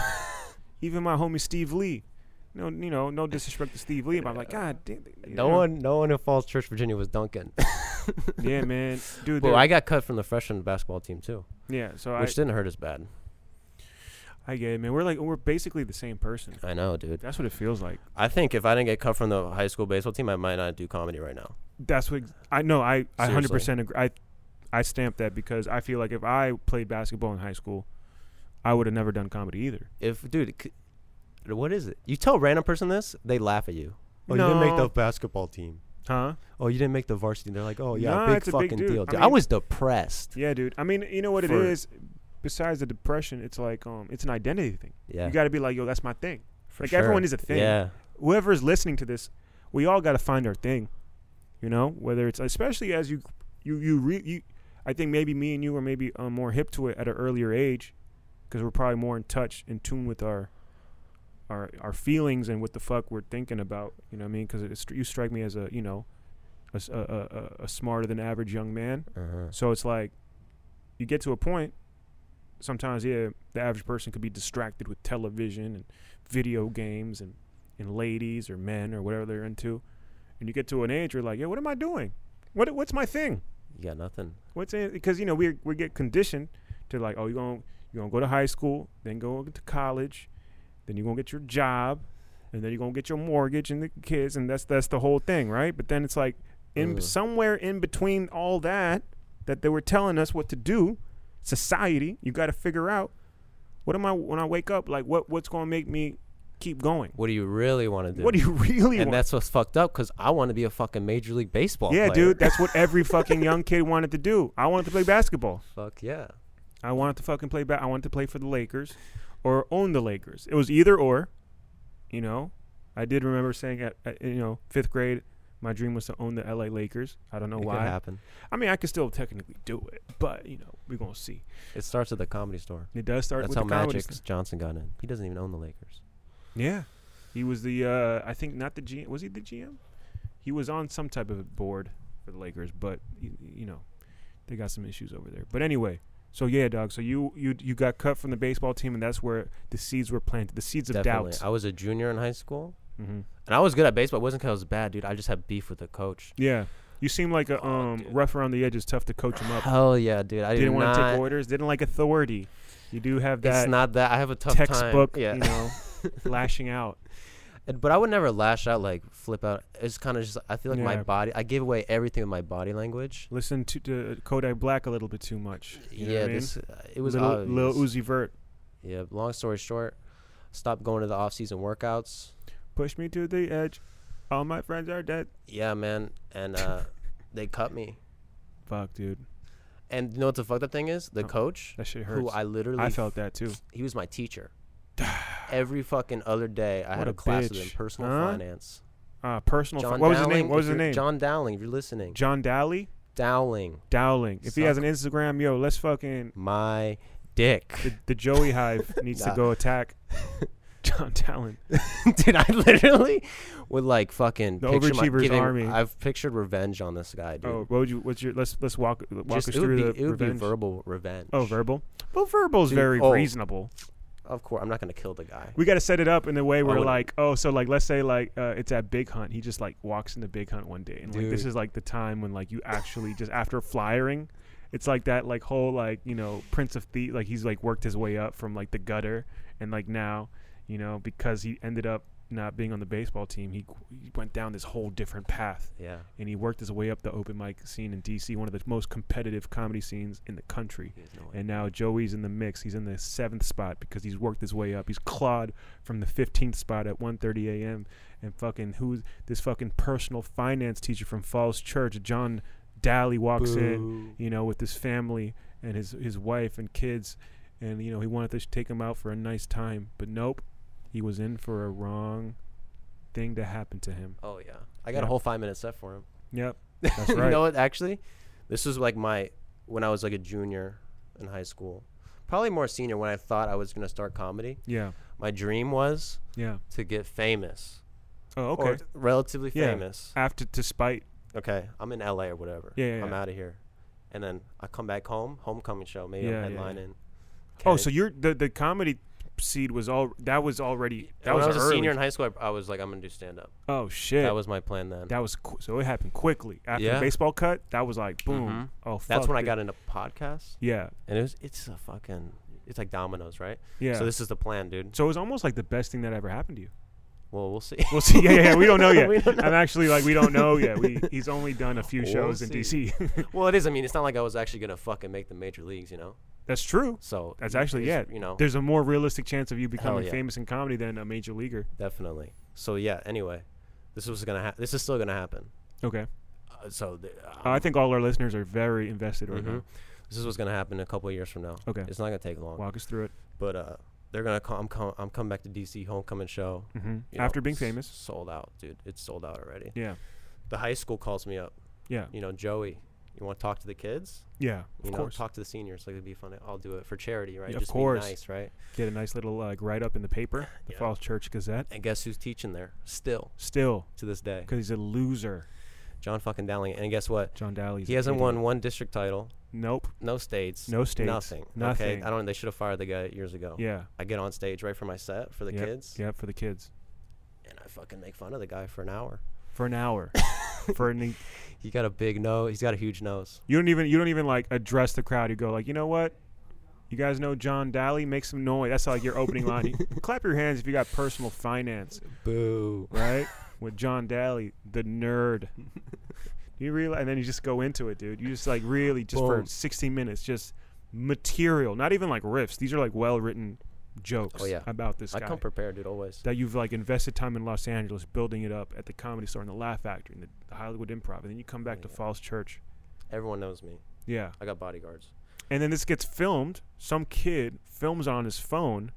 A: Even my homie Steve Lee. No, you know, no disrespect to Steve Lee, but I'm like, God damn. you
B: no
A: know.
B: one, no one in Falls Church, Virginia, was dunking.
A: Yeah, man, dude.
B: Well,
A: they're-
B: I got cut from the freshman basketball team too,
A: yeah, so I,
B: which didn't hurt as bad.
A: I get it, man. We're like, we're basically the same person.
B: I know, dude.
A: That's what it feels like.
B: I think if I didn't get cut from the high school baseball team, I might not do comedy right now.
A: That's what I know. I I hundred percent
B: Seriously.
A: agree. I I stamp that because I feel like if I played basketball in high school, I would have never done comedy either.
B: If, dude, c- what is it? You tell a random person this, they laugh at you. Oh, you didn't
A: No.
B: make the basketball team.
A: Huh?
B: Oh, you didn't make the varsity. They're like, oh yeah,
A: Nah,
B: big
A: it's a big
B: fucking
A: dude. I
B: deal. Dude, I,
A: mean-
B: was depressed.
A: Yeah, dude. I mean, you know what it
B: For-
A: is. Besides the depression, it's like um, it's an identity thing.
B: Yeah,
A: You got to be like, yo, that's my thing.
B: for
A: like, everyone
B: sure.
A: is a thing.
B: Yeah,
A: Whoever is listening to this, we all got to find our thing. You know, whether it's especially as you you you re, you, I think maybe me and you are maybe um, more hip to it at an earlier age, because we're probably more in touch, in tune with our. Our, our feelings and what the fuck we're thinking about, you know what I mean? Because you strike me as a, you know, a s- a- uh, a- a- a smarter than average young man.
B: uh-huh.
A: So it's like you get to a point. Sometimes, yeah, the average person could be distracted with television and video games and, and ladies or men or whatever they're into. And you get to an age where you're like, yeah, what am I doing? What what's my thing?
B: you got nothing.
A: What's in because you know we we get conditioned to like, oh, you're gonna you're gonna go to high school, then go to college, then you're gonna get your job, and then you're gonna get your mortgage and the kids, and that's that's the whole thing, right? But then it's like in
B: Ugh.
A: somewhere in between all that that they were telling us what to do, society, you got to figure out what am I when I wake up like what what's gonna make me keep going?
B: What do you really want to do?
A: What do you really
B: and
A: want?
B: that's what's fucked up because I want to be a fucking major league baseball.
A: Yeah,
B: player.
A: dude, that's what every fucking young kid wanted to do. I wanted to play basketball.
B: Fuck yeah.
A: I wanted to fucking play back. I wanted to play for the Lakers or own the Lakers. It was either or, you know. I did remember saying at, at you know fifth grade, my dream was to own the L.A. Lakers. I don't know
B: It could
A: why.
B: happen.
A: I mean, I could still technically do it, but you know, we're gonna see.
B: It starts at the comedy store.
A: It does start
B: That's
A: with
B: how
A: the comedy.
B: Magic
A: stuff.
B: Johnson got in. He doesn't even own the Lakers.
A: Yeah, he was the. Uh, I think not the GM. Was he the GM? He was on some type of board for the Lakers, but you, you know, they got some issues over there. But anyway, so yeah, dog. So you you you got cut from the baseball team, and that's where the seeds were planted. The seeds of
B: Definitely. Uh,
A: doubt.
B: I was a junior in high school,
A: hmm
B: and I was good at baseball. It wasn't because I was bad, dude. I just had beef with the coach.
A: Yeah, you seem like a
B: Oh,
A: um
B: dude.
A: rough around the edges, tough to coach him up.
B: Hell yeah, dude. I
A: Didn't
B: did
A: want to
B: not.
A: take orders. Didn't like authority. You do have
B: it's
A: that
B: not that. I have a tough time.
A: textbook,
B: Yeah.
A: you know, lashing out.
B: And- But I would never lash out like flip out. It's kind of just I feel like my
A: Yeah.
B: body. I give away everything with my body language.
A: Listen to, to Kodak Black a little bit too much. You know
B: yeah,
A: what I mean?
B: this uh, it was
A: little,
B: obvious.
A: little Uzi Vert.
B: Yeah. Long story short, stopped going to the off season workouts.
A: Push me to the edge. All my friends are dead.
B: Yeah, man. And uh, they cut me.
A: Fuck, dude.
B: And you know what the fucked up thing is? The
A: Oh,
B: coach,
A: That shit hurts.
B: who I literally
A: I felt that too.
B: he was my teacher. Every fucking other day, I had
A: What
B: a,
A: a
B: class with him,
A: bitch,
B: personal
A: huh?
B: finance.
A: Uh, personal.
B: John
A: fi- what was his
B: Dowling,
A: name? What
B: if
A: was his
B: you're-
A: name? John,
B: John Dowling, if you're listening.
A: Dowley.
B: Dowling,
A: Dowling. If he
B: Suck.
A: has an Instagram, yo, let's fucking
B: my dick.
A: the, the Joey Hive needs
B: Nah.
A: to go attack John Dowling.
B: Did I literally would like fucking
A: The
B: picture my,
A: Overachievers
B: giving,
A: Army.
B: I've pictured revenge on this guy, dude.
A: Oh, what would you? What's your? Let's let's walk walk
B: Just,
A: us
B: it would,
A: through
B: be,
A: the
B: it would be
A: revenge.
B: verbal revenge.
A: Oh, verbal. Well, verbal's
B: Dude,
A: very
B: oh.
A: reasonable.
B: Of course, I'm not gonna kill the guy.
A: We got to set it up in a way where,
B: wouldn't.
A: like, oh, so like, let's say like uh, it's at Big Hunt. He just like walks into Big Hunt one day, and like this
B: Dude.
A: is like the time when like you actually just after flyering, it's like that like whole like you know Prince of Thieves. Like he's like worked his way up from like the gutter, and like now, you know, because he ended up not being on the baseball team, he, he went down this whole different path,
B: Yeah.
A: and he worked his way up the open mic scene in DC, one of the most competitive comedy scenes in the country.
B: He has no idea.
A: And now Joey's in the mix. He's in the seventh spot because he's worked his way up. He's clawed from the 15th spot at 1:30 a.m. And fucking who's this fucking personal finance teacher from Falls Church, John Daly, walks in,
B: Boo.
A: you know, with his family and his his wife and kids, and you know he wanted to sh- take him out for a nice time, but nope, he was in for a wrong thing to happen to him.
B: Oh yeah, I got a
A: Yeah.
B: whole five minute set for him.
A: Yep, that's
B: you
A: right.
B: know what? Actually, this was like my when I was like a junior in high school, probably more senior when I thought I was gonna start comedy.
A: Yeah,
B: My dream was
A: yeah.
B: to get famous,
A: Oh,
B: or
A: okay.
B: relatively
A: Yeah.
B: famous.
A: After despite,
B: Okay, I'm in LA or whatever.
A: Yeah, yeah,
B: I'm
A: yeah.
B: out of here, and then I come back home, homecoming show, maybe
A: Yeah,
B: I'm
A: yeah, yeah.
B: headlining.
A: oh,
B: Kennedy.
A: so you're the the comedy seed was all that was already that
B: when
A: was,
B: I was a
A: early.
B: senior in high school, I, I was like, I'm gonna do stand up.
A: Oh shit.
B: That was my plan then.
A: that was qu- so it happened quickly after
B: Yeah.
A: the baseball cut. That was like boom.
B: Mhm.
A: Oh, fuck
B: That's when I
A: thi-
B: got into podcasts,
A: Yeah,
B: and it was it's a fucking it's like dominoes, right?
A: yeah.
B: So
A: So,
B: this is the plan, dude.
A: it was almost like the best thing that ever happened to you.
B: Well, we'll see.
A: We'll see. Yeah, Oh, yeah. yeah, We don't know yet.
B: We don't
A: I'm actually like we don't know yet. We he's only done a few
B: We'll
A: shows in
B: see.
A: DC.
B: Well, it is. I mean, it's not like I was actually gonna fucking make the major leagues, you know.
A: That's true.
B: So
A: That's actually
B: it's-
A: yeah.
B: You know,
A: There's a more realistic chance of you becoming
B: yeah.
A: famous in comedy than a major leaguer.
B: definitely. So yeah. Anyway, this was gonna. happen. this is still gonna happen.
A: Okay.
B: Uh, so th-
A: Uh, I
B: um,
A: think all our listeners are very invested right
B: mhm.
A: now.
B: this is what's gonna happen a couple of years from now.
A: Okay.
B: It's not gonna take long.
A: Walk us through it.
B: But uh, they're gonna come. I'm, com- I'm coming back to DC homecoming show.
A: hmm
B: you know,
A: After being
B: s-
A: famous.
B: sold out, dude. It's sold out already.
A: Yeah.
B: The high school calls me up.
A: Yeah.
B: You know, Joey, you want to talk to the kids?
A: Yeah.
B: You
A: Of
B: know,
A: course.
B: talk to the seniors. Like it'd be fun. I'll do it for charity, right?
A: Yeah, of
B: Just
A: course.
B: Be nice, right?
A: Get a nice little like write up in the paper, the
B: Yeah.
A: Falls Church Gazette.
B: And guess who's teaching there? Still
A: Still,
B: to this day.
A: because he's a loser,
B: John fucking Dowling. And guess what?
A: John Daly.
B: He hasn't won one district title,
A: Nope.
B: no states,
A: No states.
B: nothing.
A: Nothing.
B: Okay, I don't. They should have fired the guy years ago.
A: Yeah.
B: I get on stage right for my set for the
A: Yep.
B: kids,
A: Yeah. For the kids,
B: and I fucking make fun of the guy for an hour.
A: for an hour. for an, e,
B: He got a big nose. He's got a huge nose.
A: you don't even you don't even like address the crowd. You go like, you know what? You guys know John Daly. Make some noise. That's like your opening line. You- Clap your hands if you got personal finance,
B: Boo.
A: right? With John Daly, the nerd. You realize, and then you just go into it, dude. You just like really just for
B: Boom.
A: 60 minutes, just material. Not even like riffs. These are like well written jokes
B: Oh, yeah.
A: about this
B: I
A: guy.
B: come prepared, dude. Always.
A: that you've like invested time in Los Angeles building it up at the Comedy Store and the Laugh Factory and the, the Hollywood Improv, and then you come back to
B: Yeah.
A: Falls Church.
B: Everyone knows me.
A: Yeah,
B: I got bodyguards.
A: and then this gets filmed. Some kid films it on his phone,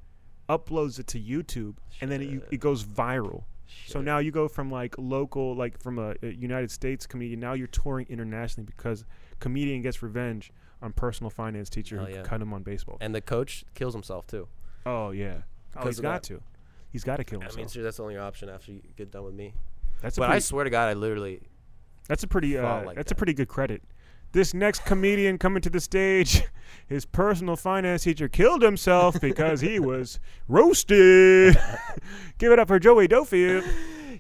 A: uploads it to YouTube, and then it, you-
B: Shit.
A: it goes viral. So
B: Shit.
A: now you go from like local, like from a, a United States comedian. Now you're touring internationally because comedian gets revenge on personal finance teacher
B: Hell
A: who
B: Oh, yeah.
A: cut him on baseball.
B: and the coach kills himself too.
A: oh yeah, oh,
B: 'Cause
A: he's
B: of
A: got
B: that.
A: to, he's got to kill
B: I mean,
A: himself.
B: sure, that's the only option after you get done with me.
A: that's a
B: But
A: pretty,
B: I swear to God, I literally
A: That's a pretty uh,
B: thought like
A: that's a
B: that.
A: pretty good credit. This next comedian coming to the stage, his personal finance teacher killed himself because he was roasted. Give it up for Joey Dofield.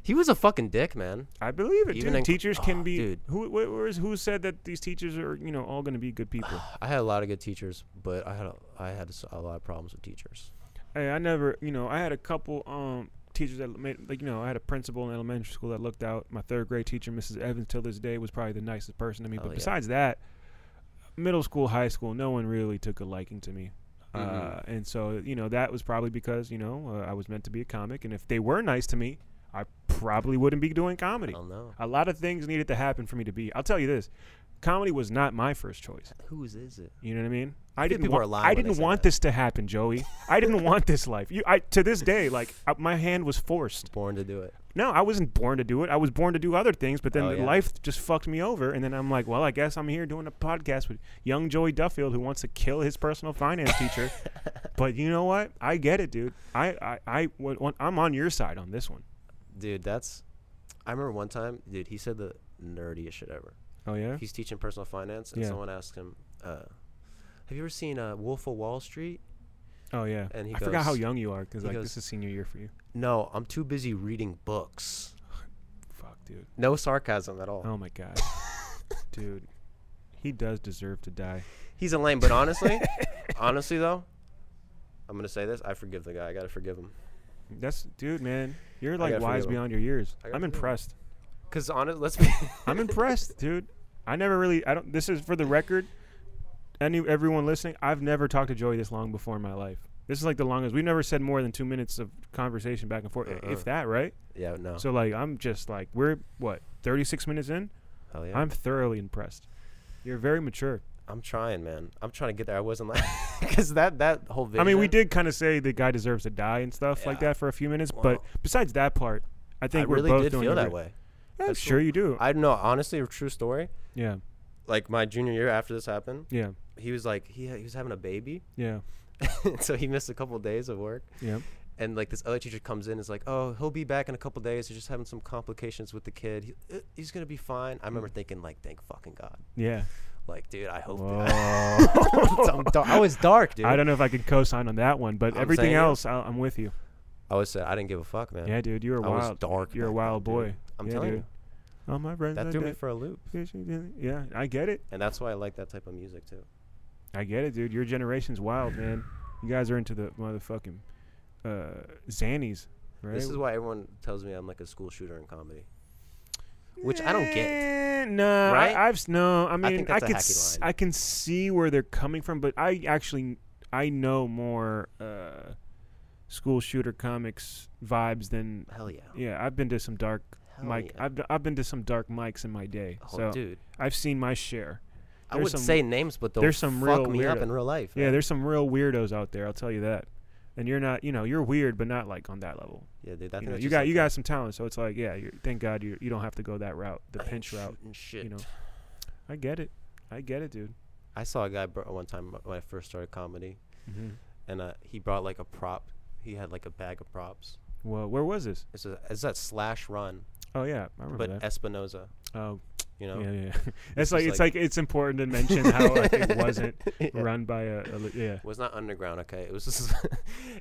B: he was a fucking dick, man.
A: I believe it.
B: Even
A: dude.
B: in-
A: teachers can
B: oh,
A: be
B: dude.
A: who wh- where is- who said that these teachers are, you know, all going to be good people.
B: I had a lot of good teachers, but I had a, I had s- a lot of problems with teachers.
A: hey, I never, you know, I had a couple um teachers that made, like you know, I had a principal in elementary school that looked out. My third grade teacher, Mrs. Evans, till this day was probably the nicest person to me.
B: Oh,
A: but
B: yeah.
A: besides that, middle school, high school, no one really took a liking to me. Uh,
B: Mhm.
A: and so you know that was probably because you know uh, I was meant to be a comic, and if they were nice to me, I probably wouldn't be doing
B: I
A: comedy.
B: don't know.
A: A lot of things needed to happen for me to be. I'll tell you this, comedy was not my first choice.
B: Whose is it?
A: You know what I mean? I
B: think
A: didn't.
B: people
A: wa-
B: are lying
A: I
B: when they
A: didn't
B: say
A: want
B: that.
A: this to happen, Joey. I didn't want this life. You, I to this day, like I, my hand was forced.
B: Born to do it.
A: No, I wasn't born to do it. I was born to do other things, but then
B: Oh, yeah.
A: life just fucked me over. And then I'm like, well, I guess I'm here doing a podcast with young Joey Duffield who wants to kill his personal finance teacher. but you know what? I get it, dude. I, I, I what- I'm on your side on this one.
B: Dude, that's. I remember one time, dude, he said the nerdiest shit ever.
A: Oh yeah.
B: He's teaching personal finance, and
A: Yeah.
B: someone asked him, uh, Have you ever seen uh, Wolf of Wall Street?
A: Oh yeah.
B: And he
A: I forgot how
B: goes-
A: young you are because
B: he
A: like
B: goes-
A: this is senior year for you.
B: No, I'm too busy reading books.
A: Fuck, dude.
B: No sarcasm at all.
A: Oh my god, dude. He does deserve to die.
B: He's a lame, but honestly, honestly though, I'm gonna say this: I forgive the guy. I gotta forgive him.
A: That's dude, man. You're
B: I
A: like
B: gotta
A: wise
B: forgive him.
A: beyond your years.
B: I gotta
A: I'm
B: forgive him.
A: impressed.
B: Cause honest, let's be.
A: I'm impressed, dude. I never really. I don't. This is for the record. Any everyone listening, I've never talked to Joey this long before in my life. This is like the longest. We've never said more than two minutes of conversation back and forth, i-
B: Uh-uh.
A: if that, right?
B: yeah, no.
A: So like, I'm just like, we're what 36 minutes in.
B: Hell yeah. I'm,
A: I'm thoroughly impressed. You're very mature.
B: trying, man. I'm trying to get there. I wasn't like, cause that that whole video.
A: I mean, we did kind of say the guy deserves to die and stuff like
B: Yeah.
A: that for a few minutes,
B: Wow.
A: but besides that part, I
B: I
A: think we're
B: really
A: both
B: did
A: doing
B: feel
A: a
B: that
A: good-
B: way.
A: Yeah, I'm
B: That's
A: sure you do.
B: I don't know. Honestly, a true story.
A: yeah,
B: Like my junior year after this happened,
A: yeah,
B: he was like he he was having a baby,
A: yeah,
B: so he missed a couple days of work.
A: yeah.
B: and like this other teacher comes in and is like, "Oh, he'll be back in a couple days. He's just having some complications with the kid. He, uh, he's gonna be fine." I
A: Hmm.
B: remember thinking like, "Thank fucking god!"
A: Yeah.
B: Like, dude, I hope.
A: Whoa.
B: I'm dar- I was dark, dude.
A: I
B: I,
A: don't know if I could co-sign on that one, but
B: I'm
A: everything
B: saying it.
A: else, I, I'm with you.
B: always said I didn't give a fuck, man.
A: Yeah, dude, you're
B: I was
A: wild.
B: dark.
A: You're a
B: back
A: wild
B: then,
A: boy.
B: dude. I'm
A: Yeah,
B: telling
A: dude.
B: you,
A: All my friends
B: that
A: are
B: threw me
A: dead.
B: for a loop,
A: Yeah, I get it.
B: and that's why I like that type of music too.
A: I get it, dude. Your generation's wild, man. You guys are into the motherfucking uh, Xannies, right?
B: This is why everyone tells me I'm like a school shooter in comedy. which I don't get.
A: Eh, No,
B: Right?
A: I, I've s- no. I mean,
B: think
A: I,
B: that's a
A: could,
B: hacky
A: s-
B: line.
A: I can see where they're coming from, but I actually I know more uh, school shooter comics vibes than.
B: Hell yeah.
A: Yeah, I've been to some dark
B: Hell
A: mic.
B: yeah.
A: I've d- I've been to some dark mics in my day,
B: oh,
A: so
B: dude,
A: I've seen my share.
B: I
A: there's
B: would
A: some-
B: say names, but they'll
A: there's some
B: fuck
A: real
B: me up
A: weirdo-
B: in real life.
A: Yeah,
B: man.
A: there's some real weirdos out there. I'll tell you that. And you're not, you know, you're weird, but not like on that level.
B: yeah, dude. I
A: You,
B: think
A: know,
B: that's
A: you
B: just,
A: got
B: like,
A: you got some talent, so it's like, yeah, you're, thank God you you don't have to go that route, the
B: I ain't
A: pinch route.
B: shooting Shit.
A: You know, I get it, I get it, dude.
B: I saw a guy br- one time when I first started comedy,
A: Mm-hmm.
B: and uh, he brought like a prop. He had like a bag of props.
A: Well, where was this?
B: It's a it's that slash run,
A: Oh yeah, I remember
B: but
A: that.
B: Espinoza,
A: Oh
B: you know.
A: yeah, yeah. it's
B: is
A: like it's like,
B: like-
A: it's important to mention how like, it wasn't
B: Yeah.
A: run by a, a li- yeah.
B: It was not underground. Okay, it was just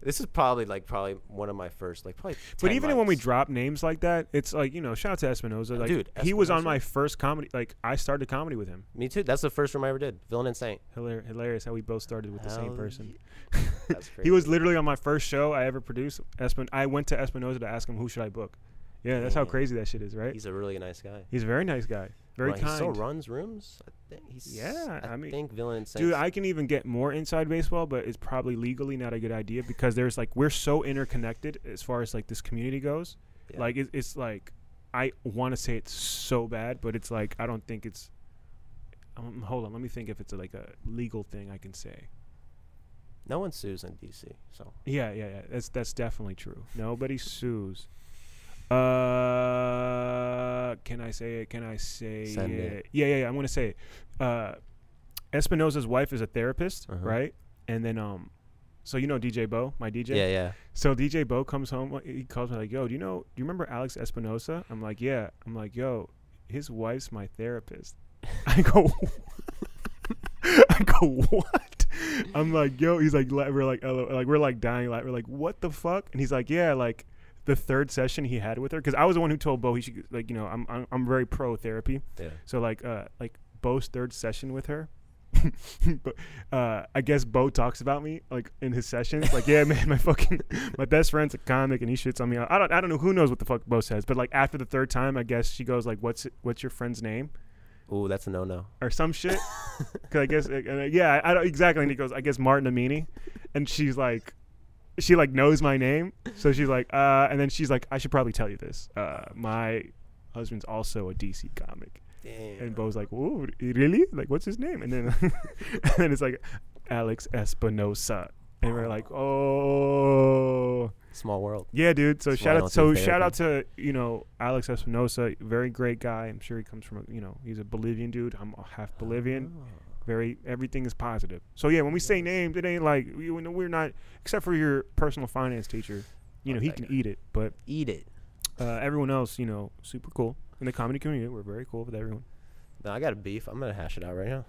B: this is probably like probably one of my first like probably.
A: But
B: 10
A: even when we
B: mics.
A: drop names like that, it's like you know, shout out to Uh, Espinoza. Like
B: Dude,
A: he was on
B: Espinoza.
A: my first comedy. Like I started comedy with him.
B: me too. That's the first room I ever did. Villain and Saint.
A: Hilar- hilarious how we both started with the same
B: Hell
A: person.
B: yeah. That's crazy.
A: He was literally on my first show I ever produced. Espin- I went to Espinoza to ask him who should I book. Yeah, that's how
B: Damn.
A: crazy that shit is, right? He's,
B: He's a really nice guy.
A: a very nice guy, very
B: Right,
A: kind.
B: He still runs rooms. I think he's.
A: Yeah,
B: I,
A: I mean-
B: think Villain and Saint.
A: Dude, I can even get more inside baseball, but it's probably legally not a good idea because there's like we're so interconnected as far as like this community goes.
B: Yeah.
A: Like it's, it's like I want to say it's so bad, but it's like I don't think it's. Um, hold on, let me think if it's like a legal thing I can say.
B: no one sues in DC, so
A: Yeah, yeah, yeah. That's that's definitely true. Nobody sues. Uh, can I say it? Can I say
B: Send
A: it?
B: it.
A: Yeah, yeah, yeah. I'm gonna say it. Uh, Espinosa's wife is a therapist,
B: Uh-huh.
A: right? And then um, so you know DJ Bo, my DJ.
B: yeah, yeah.
A: So DJ Bo comes home. like, He calls me like, "Yo, do you know? Do you remember Alex Espinosa?" I'm like, "Yeah." I'm like, "Yo, his wife's my therapist." I go, I go, what? I'm like, "Yo," he's like, la- "We're like, LO like we're like dying light." We're like, "What the fuck?" And he's like, "Yeah, like." The third session he had with her, because I was the one who told Bo he should like you know I'm I'm, I'm very pro therapy,
B: Yeah.
A: so like uh like Bo's third session with her, but uh, I guess Bo talks about me like in his sessions. Like, yeah, man, my fucking my best friend's a comic and he shits on me. I don't I don't know who knows what the fuck Bo says, but like after the third time, I guess she goes like, "What's what's your friend's name?"
B: Ooh, that's a no-no.
A: or some shit. Cause I guess and, uh, yeah, I don't exactly. And he goes, "I guess Martin Amini," and she's like. She like knows my name, so she's like, uh, and then she's like, I should probably tell you this. Uh, my husband's also a DC comic,
B: Damn.
A: and Bo's like, "Ooh, really? Like, what's his name?" And then, and then it's like, Alex Espinosa, and we're like, "Oh,
B: Small world.
A: yeah, dude." So
B: That's why
A: shout
B: I
A: out,
B: don't
A: so
B: do
A: shout out to you know Alex Espinosa, very great guy. I'm sure he comes from a, you know he's a Bolivian dude. I'm half Bolivian.
B: Oh.
A: Very everything is positive. So yeah, when we say names, it ain't like we, you know, we're not except for your personal finance teacher. You know
B: Fuck
A: he
B: that
A: can
B: guy.
A: eat it, but
B: Eat it.
A: uh, everyone else, you know, super cool in the comedy community. We're very cool with everyone.
B: No, I got a beef. I'm gonna hash it out right now.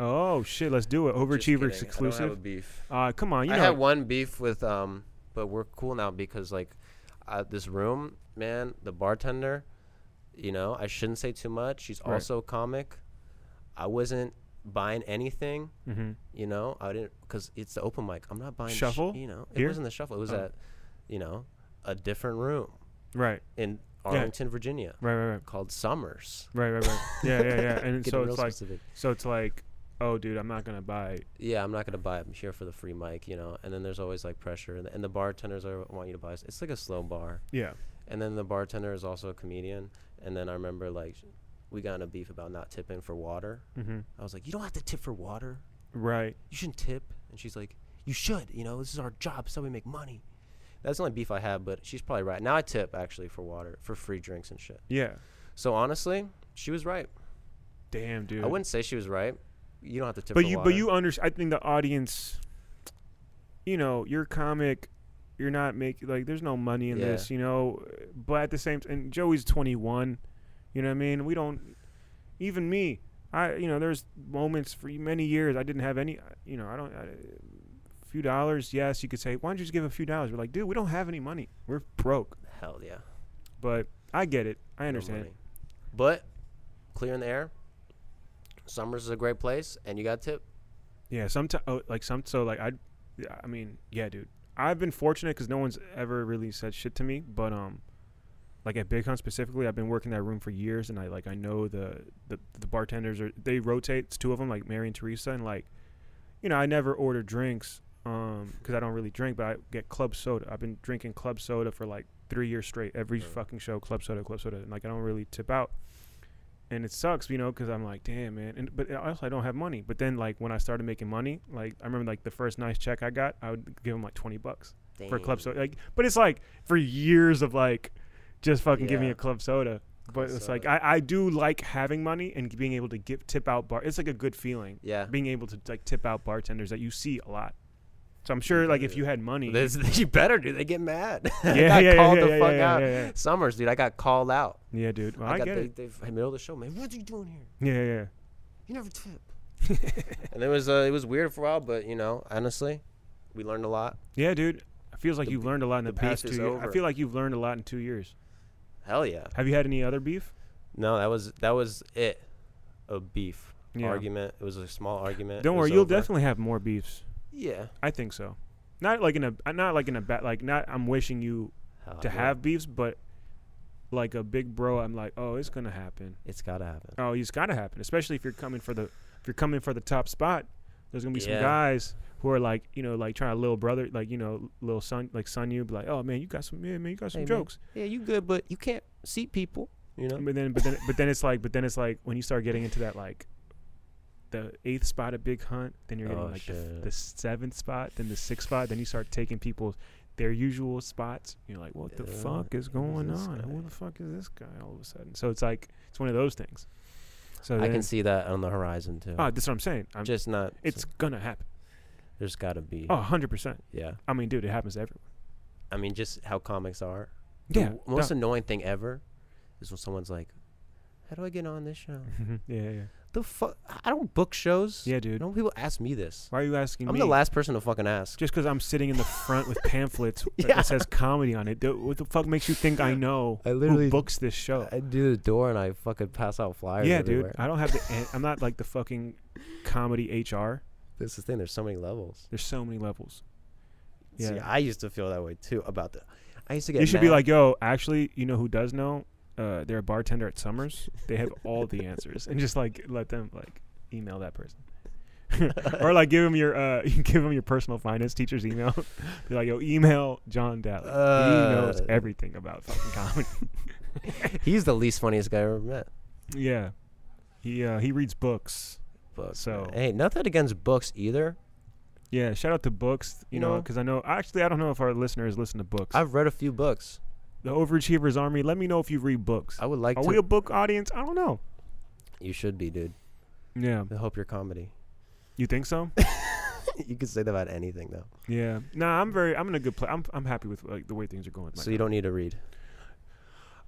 A: Oh shit, let's do it.
B: Just
A: Overachievers
B: kidding. I don't have a
A: exclusive.
B: beef.
A: Uh come on, you
B: I
A: know.
B: had one beef with um, but we're cool now because like, uh, this room, man, the bartender, you know, I shouldn't say too much. She's
A: Right.
B: also a comic. I wasn't buying anything,
A: hmm
B: you know. I didn't because it's the open mic. I'm not buying sh-
A: Shuffle?
B: you know, it
A: Here?
B: wasn't the shuffle. It was
A: Oh.
B: at, you know, a different room
A: Right,
B: in Arlington, Virginia,
A: right, right, right,
B: called Summers.
A: right, right, right. yeah, yeah, yeah. And
B: Getting
A: so
B: real
A: it's like,
B: specific.
A: so it's like, oh, dude, I'm not gonna buy.
B: yeah, I'm not gonna buy. it. I'm here for the free mic, you know. And then there's always like pressure, and the, and the bartenders are want you to buy. s- It's like a slow bar,
A: Yeah,
B: and then the bartender is also a comedian. And then I remember like, sh- we got in a beef about not tipping for water.
A: mm-hmm.
B: I was like, you don't have to tip for water.
A: right.
B: You shouldn't tip. And she's like, you should. You know, this is our job. It's how we make money. That's the only beef I have, but she's probably right. Now I tip actually for water, for free drinks and shit.
A: Yeah,
B: So honestly, she was right.
A: damn, dude.
B: I wouldn't say she was right. You don't have to tip.
A: but
B: for
A: you,
B: water.
A: but you understand. I think the audience, you know, you're a comic. You're not making like there's no money in
B: Yeah.
A: this, you know. But at the same, t- and Joey's 21. You know what I mean? We don't. Even me, I you know, there's moments for many years I didn't have any. You know, I don't. I, few dollars, yes, you could say, why don't you just give a few dollars? We're like, dude, we don't have any money. We're broke.
B: Hell yeah.
A: But I get it. I
B: no
A: understand.
B: money. But clear in the air. Summers is a great place, and you got tip.
A: Yeah, sometimes oh, like some so like I, I mean yeah, dude. I've been fortunate because no one's ever really said shit to me, but um, like at Big Hunt specifically, I've been working that room for years, and I like I know the the, the bartenders are they rotate. It's two of them, like Mary and Teresa, and like, you know, I never order drinks um because I don't really drink, but I get club soda. I've been drinking club soda for like three years straight. Every
B: Right.
A: fucking show, club soda, club soda, and like I don't really tip out and it sucks, you know, because I'm like, damn, man. And but also, I don't have money. But then, like, when I started making money, like, I remember like the first nice check I got, I would give him like twenty bucks for a club
B: Dang.
A: soda. Like, but it's like for years of like, just fucking give me
B: Yeah.
A: a club soda. But
B: Club
A: it's like I,
B: soda.
A: I do like having money and being able to give tip out bar. It's like a good feeling
B: Yeah.
A: being able to like tip out bartenders that you see a lot. So I'm sure like if you had money,
B: This, you better, dude. They get mad.
A: yeah,
B: I
A: yeah,
B: got
A: yeah,
B: called
A: yeah,
B: the
A: yeah,
B: fuck
A: yeah,
B: out.
A: yeah, yeah.
B: Summers, dude. I got called out.
A: Yeah, dude. Well, I,
B: got
A: get
B: they,
A: it.
B: They've in the middle of the show, man. What are you doing here?
A: Yeah, yeah, yeah.
B: You never tip. and it was uh, it was weird for a while, but you know, honestly, we learned a lot.
A: Yeah, dude. It feels like
B: The
A: you've learned a lot in the,
B: the beef
A: past two
B: is
A: years. I
B: over.
A: feel like you've learned a lot in two years.
B: Hell yeah.
A: Have you had any other beef?
B: No, that was that was it. A beef
A: Yeah.
B: argument. It was a small argument.
A: Don't
B: It
A: worry,
B: was
A: you'll
B: over.
A: definitely have more beefs.
B: yeah.
A: I think so. Not like in a uh, not like in a bad like not I'm wishing you
B: Hell
A: to
B: yeah.
A: have beefs, but like a big bro, I'm like, oh, it's gonna happen.
B: It's gotta happen.
A: Oh, it's gotta happen, especially if you're coming for the if you're coming for the top spot. There's gonna be some
B: Yeah.
A: guys who are like you know like trying to little brother like you know little son like son you be like oh man you got some yeah man you got some
B: Hey, man.
A: jokes
B: Yeah, you good, but you can't seat people. You know.
A: but then but then but then it's like but then it's like when you start getting into that like the eighth spot at big hunt then you're getting
B: Oh,
A: like the, f-
B: shit.
A: the seventh spot then the sixth spot then you start taking people's their usual spots you're like what the
B: Yeah,
A: fuck is
B: who's
A: going
B: this
A: on
B: guy?
A: who the fuck is this guy all of a sudden so it's like it's one of those things so
B: I
A: then,
B: can see that on the horizon too.
A: ah, that's what i'm saying i'm
B: Just not.
A: it's gonna happen
B: there's gotta be.
A: oh 100%
B: Yeah.
A: i mean dude it happens to everyone
B: I mean, just how comics are. The
A: yeah
B: w- most
A: duh.
B: annoying thing ever is when someone's like, "How do I get on this show?"
A: yeah yeah
B: the fuck? I don't book shows.
A: Yeah, dude.
B: No people ask me this.
A: Why are you asking
B: I'm
A: me?
B: the last person to fucking ask.
A: Just because I'm sitting in the front with pamphlets
B: Yeah.
A: that says comedy on it. Th- What the fuck makes you think I know
B: I literally-
A: who books this show?
B: I do the door and I fucking pass out flyers.
A: yeah,
B: everywhere.
A: dude. I don't have the. an- I'm not like the fucking comedy HR.
B: That's the thing. There's so many levels.
A: There's so many levels.
B: Yeah. See,
A: Yeah.
B: I used to feel that way too about the. I used to get.
A: you should be
B: mad.
A: like, yo, actually, you know who does know? Uh, they're a bartender at Summers. They have all the answers, and just like let them like email that person, or like give them your uh, give them your personal finance teacher's email. be like, yo, email John Daly. he knows
B: Uh.
A: everything about fucking comedy.
B: He's the least funniest guy I ever met.
A: yeah, he uh, he reads books.
B: Books.
A: So-
B: man. hey, nothing against books either.
A: Yeah, shout out to books. You,
B: You
A: know,
B: know-
A: 'cause know, because I know actually I don't know if our listeners listen to books.
B: I've read a few books.
A: the Overachievers Army. Let me know if you read books.
B: I would like
A: Are
B: to.
A: we a book audience? I don't know.
B: you should be, dude.
A: Yeah,
B: I hope your comedy.
A: you think so?
B: you could say that about anything though.
A: Yeah. Nah, I'm very. I'm in a good place. I'm. I'm happy with like the way things are going. right
B: so you
A: now.
B: don't need to read.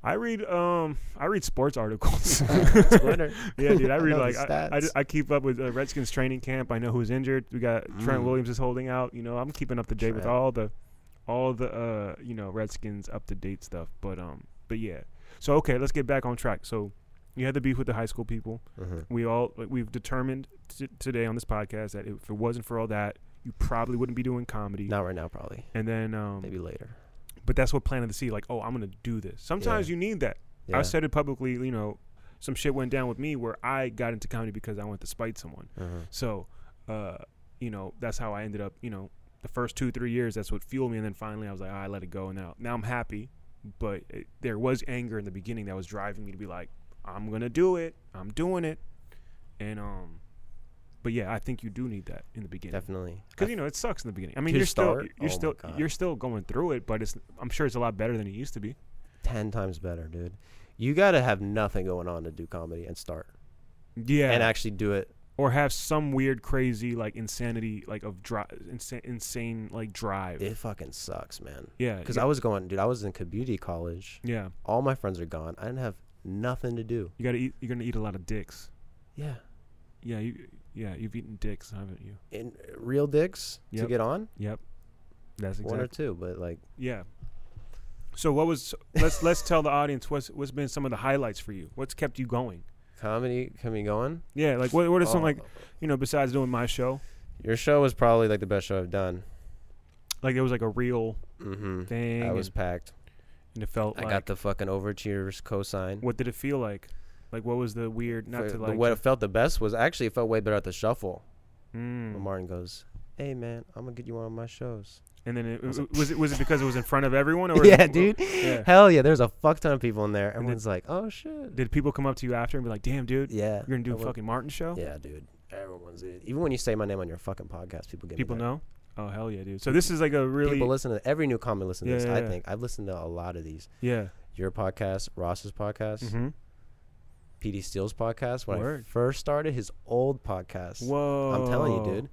A: I read. Um. I read sports articles.
B: Twitter.
A: yeah, dude. I read
B: know
A: like.
B: the
A: I, I,
B: stats.
A: ju- I keep up with uh, Redskins training camp. I know who's injured. We got Trent
B: Mm.
A: Williams is holding out. You know, I'm keeping up to date with
B: Trent.
A: all the, all the uh you know Redskins up to date stuff. But um. But yeah. So okay, let's get back on track. So. You had the beef with the high school people.
B: Mhm.
A: We all like, we've determined t- today on this podcast that if it wasn't for all that, you probably wouldn't be doing comedy.
B: Not right now, probably.
A: And then um,
B: Maybe later.
A: but that's what planted the seed. Like, oh, I'm gonna do this. Sometimes
B: Yeah.
A: you need that.
B: Yeah.
A: I said it publicly. You know, some shit went down with me where I got into comedy because I wanted to spite someone.
B: Mhm.
A: So, uh, you know, that's how I ended up. You know, the first two three years, that's what fueled me. And then finally, I was like, "Ah, I let it go. And now, now I'm happy. But it, there was anger in the beginning that was driving me to be like, I'm gonna do it. I'm doing it. And um, but yeah, I think you do need that in the beginning
B: Definitely.
A: because you know it sucks in the beginning. I mean,
B: To
A: you're still
B: start?
A: you're
B: Oh my
A: still
B: God.
A: you're still going through it, but it's I'm sure it's a lot better than it used to be.
B: ten times better, dude. You gotta have nothing going on to do comedy and start
A: Yeah,
B: and actually do it.
A: or have some weird, crazy like insanity, like of drive, insane, insane like drive.
B: It fucking sucks, man.
A: yeah,
B: Because
A: you-
B: I was going, dude. I was in community college.
A: yeah,
B: All my friends are gone. I didn't have nothing to do.
A: you gotta eat. You're gonna eat a lot of dicks.
B: Yeah,
A: Yeah, you yeah you've eaten dicks, haven't you?
B: in real dicks to
A: Yep.
B: get on
A: Yep, that's
B: one or
A: exactly.
B: two, but like
A: Yeah. So what was let's let's tell the audience what's what's been some of the highlights for you? What's kept you going?
B: comedy coming going.
A: Yeah, like what what are some
B: Oh,
A: like you know besides doing my show?
B: your show was probably like the best show I've done.
A: Like it was like a real
B: Mm-hmm.
A: thing.
B: I
A: and-
B: was packed.
A: and it felt
B: I
A: like
B: got the fucking overcheers cosign.
A: what did it feel like like what was the weird not
B: F-
A: to
B: the-
A: like
B: what I felt the best was actually it felt way better at the shuffle. When
A: mm.
B: Martin goes, "Hey man, I'm gonna get you on my shows."
A: and then it,
B: I was
A: was,
B: like-
A: it was it because it was in front of everyone or
B: yeah,
A: w-
B: dude.
A: yeah.
B: Hell yeah, there's a fuck ton of people in there.
A: then-
B: Everyone's like, "Oh shit."
A: did people come up to you after and be like damn dude
B: yeah.
A: you're gonna do
B: I
A: a
B: would-
A: fucking martin show
B: Yeah, dude. Everyone's in. Even when you say my name on your fucking podcast, people get
A: people
B: me that.
A: know oh hell yeah dude so this is like a really
B: People listen to every new comic. Listen to
A: Yeah,
B: this.
A: yeah,
B: I
A: yeah.
B: think I've listened to a lot of these.
A: yeah
B: Your podcast, Ross's podcast,
A: hmm
B: PD Steele's podcast. When
A: Word.
B: I first started his old podcast,
A: whoa
B: I'm telling you, dude.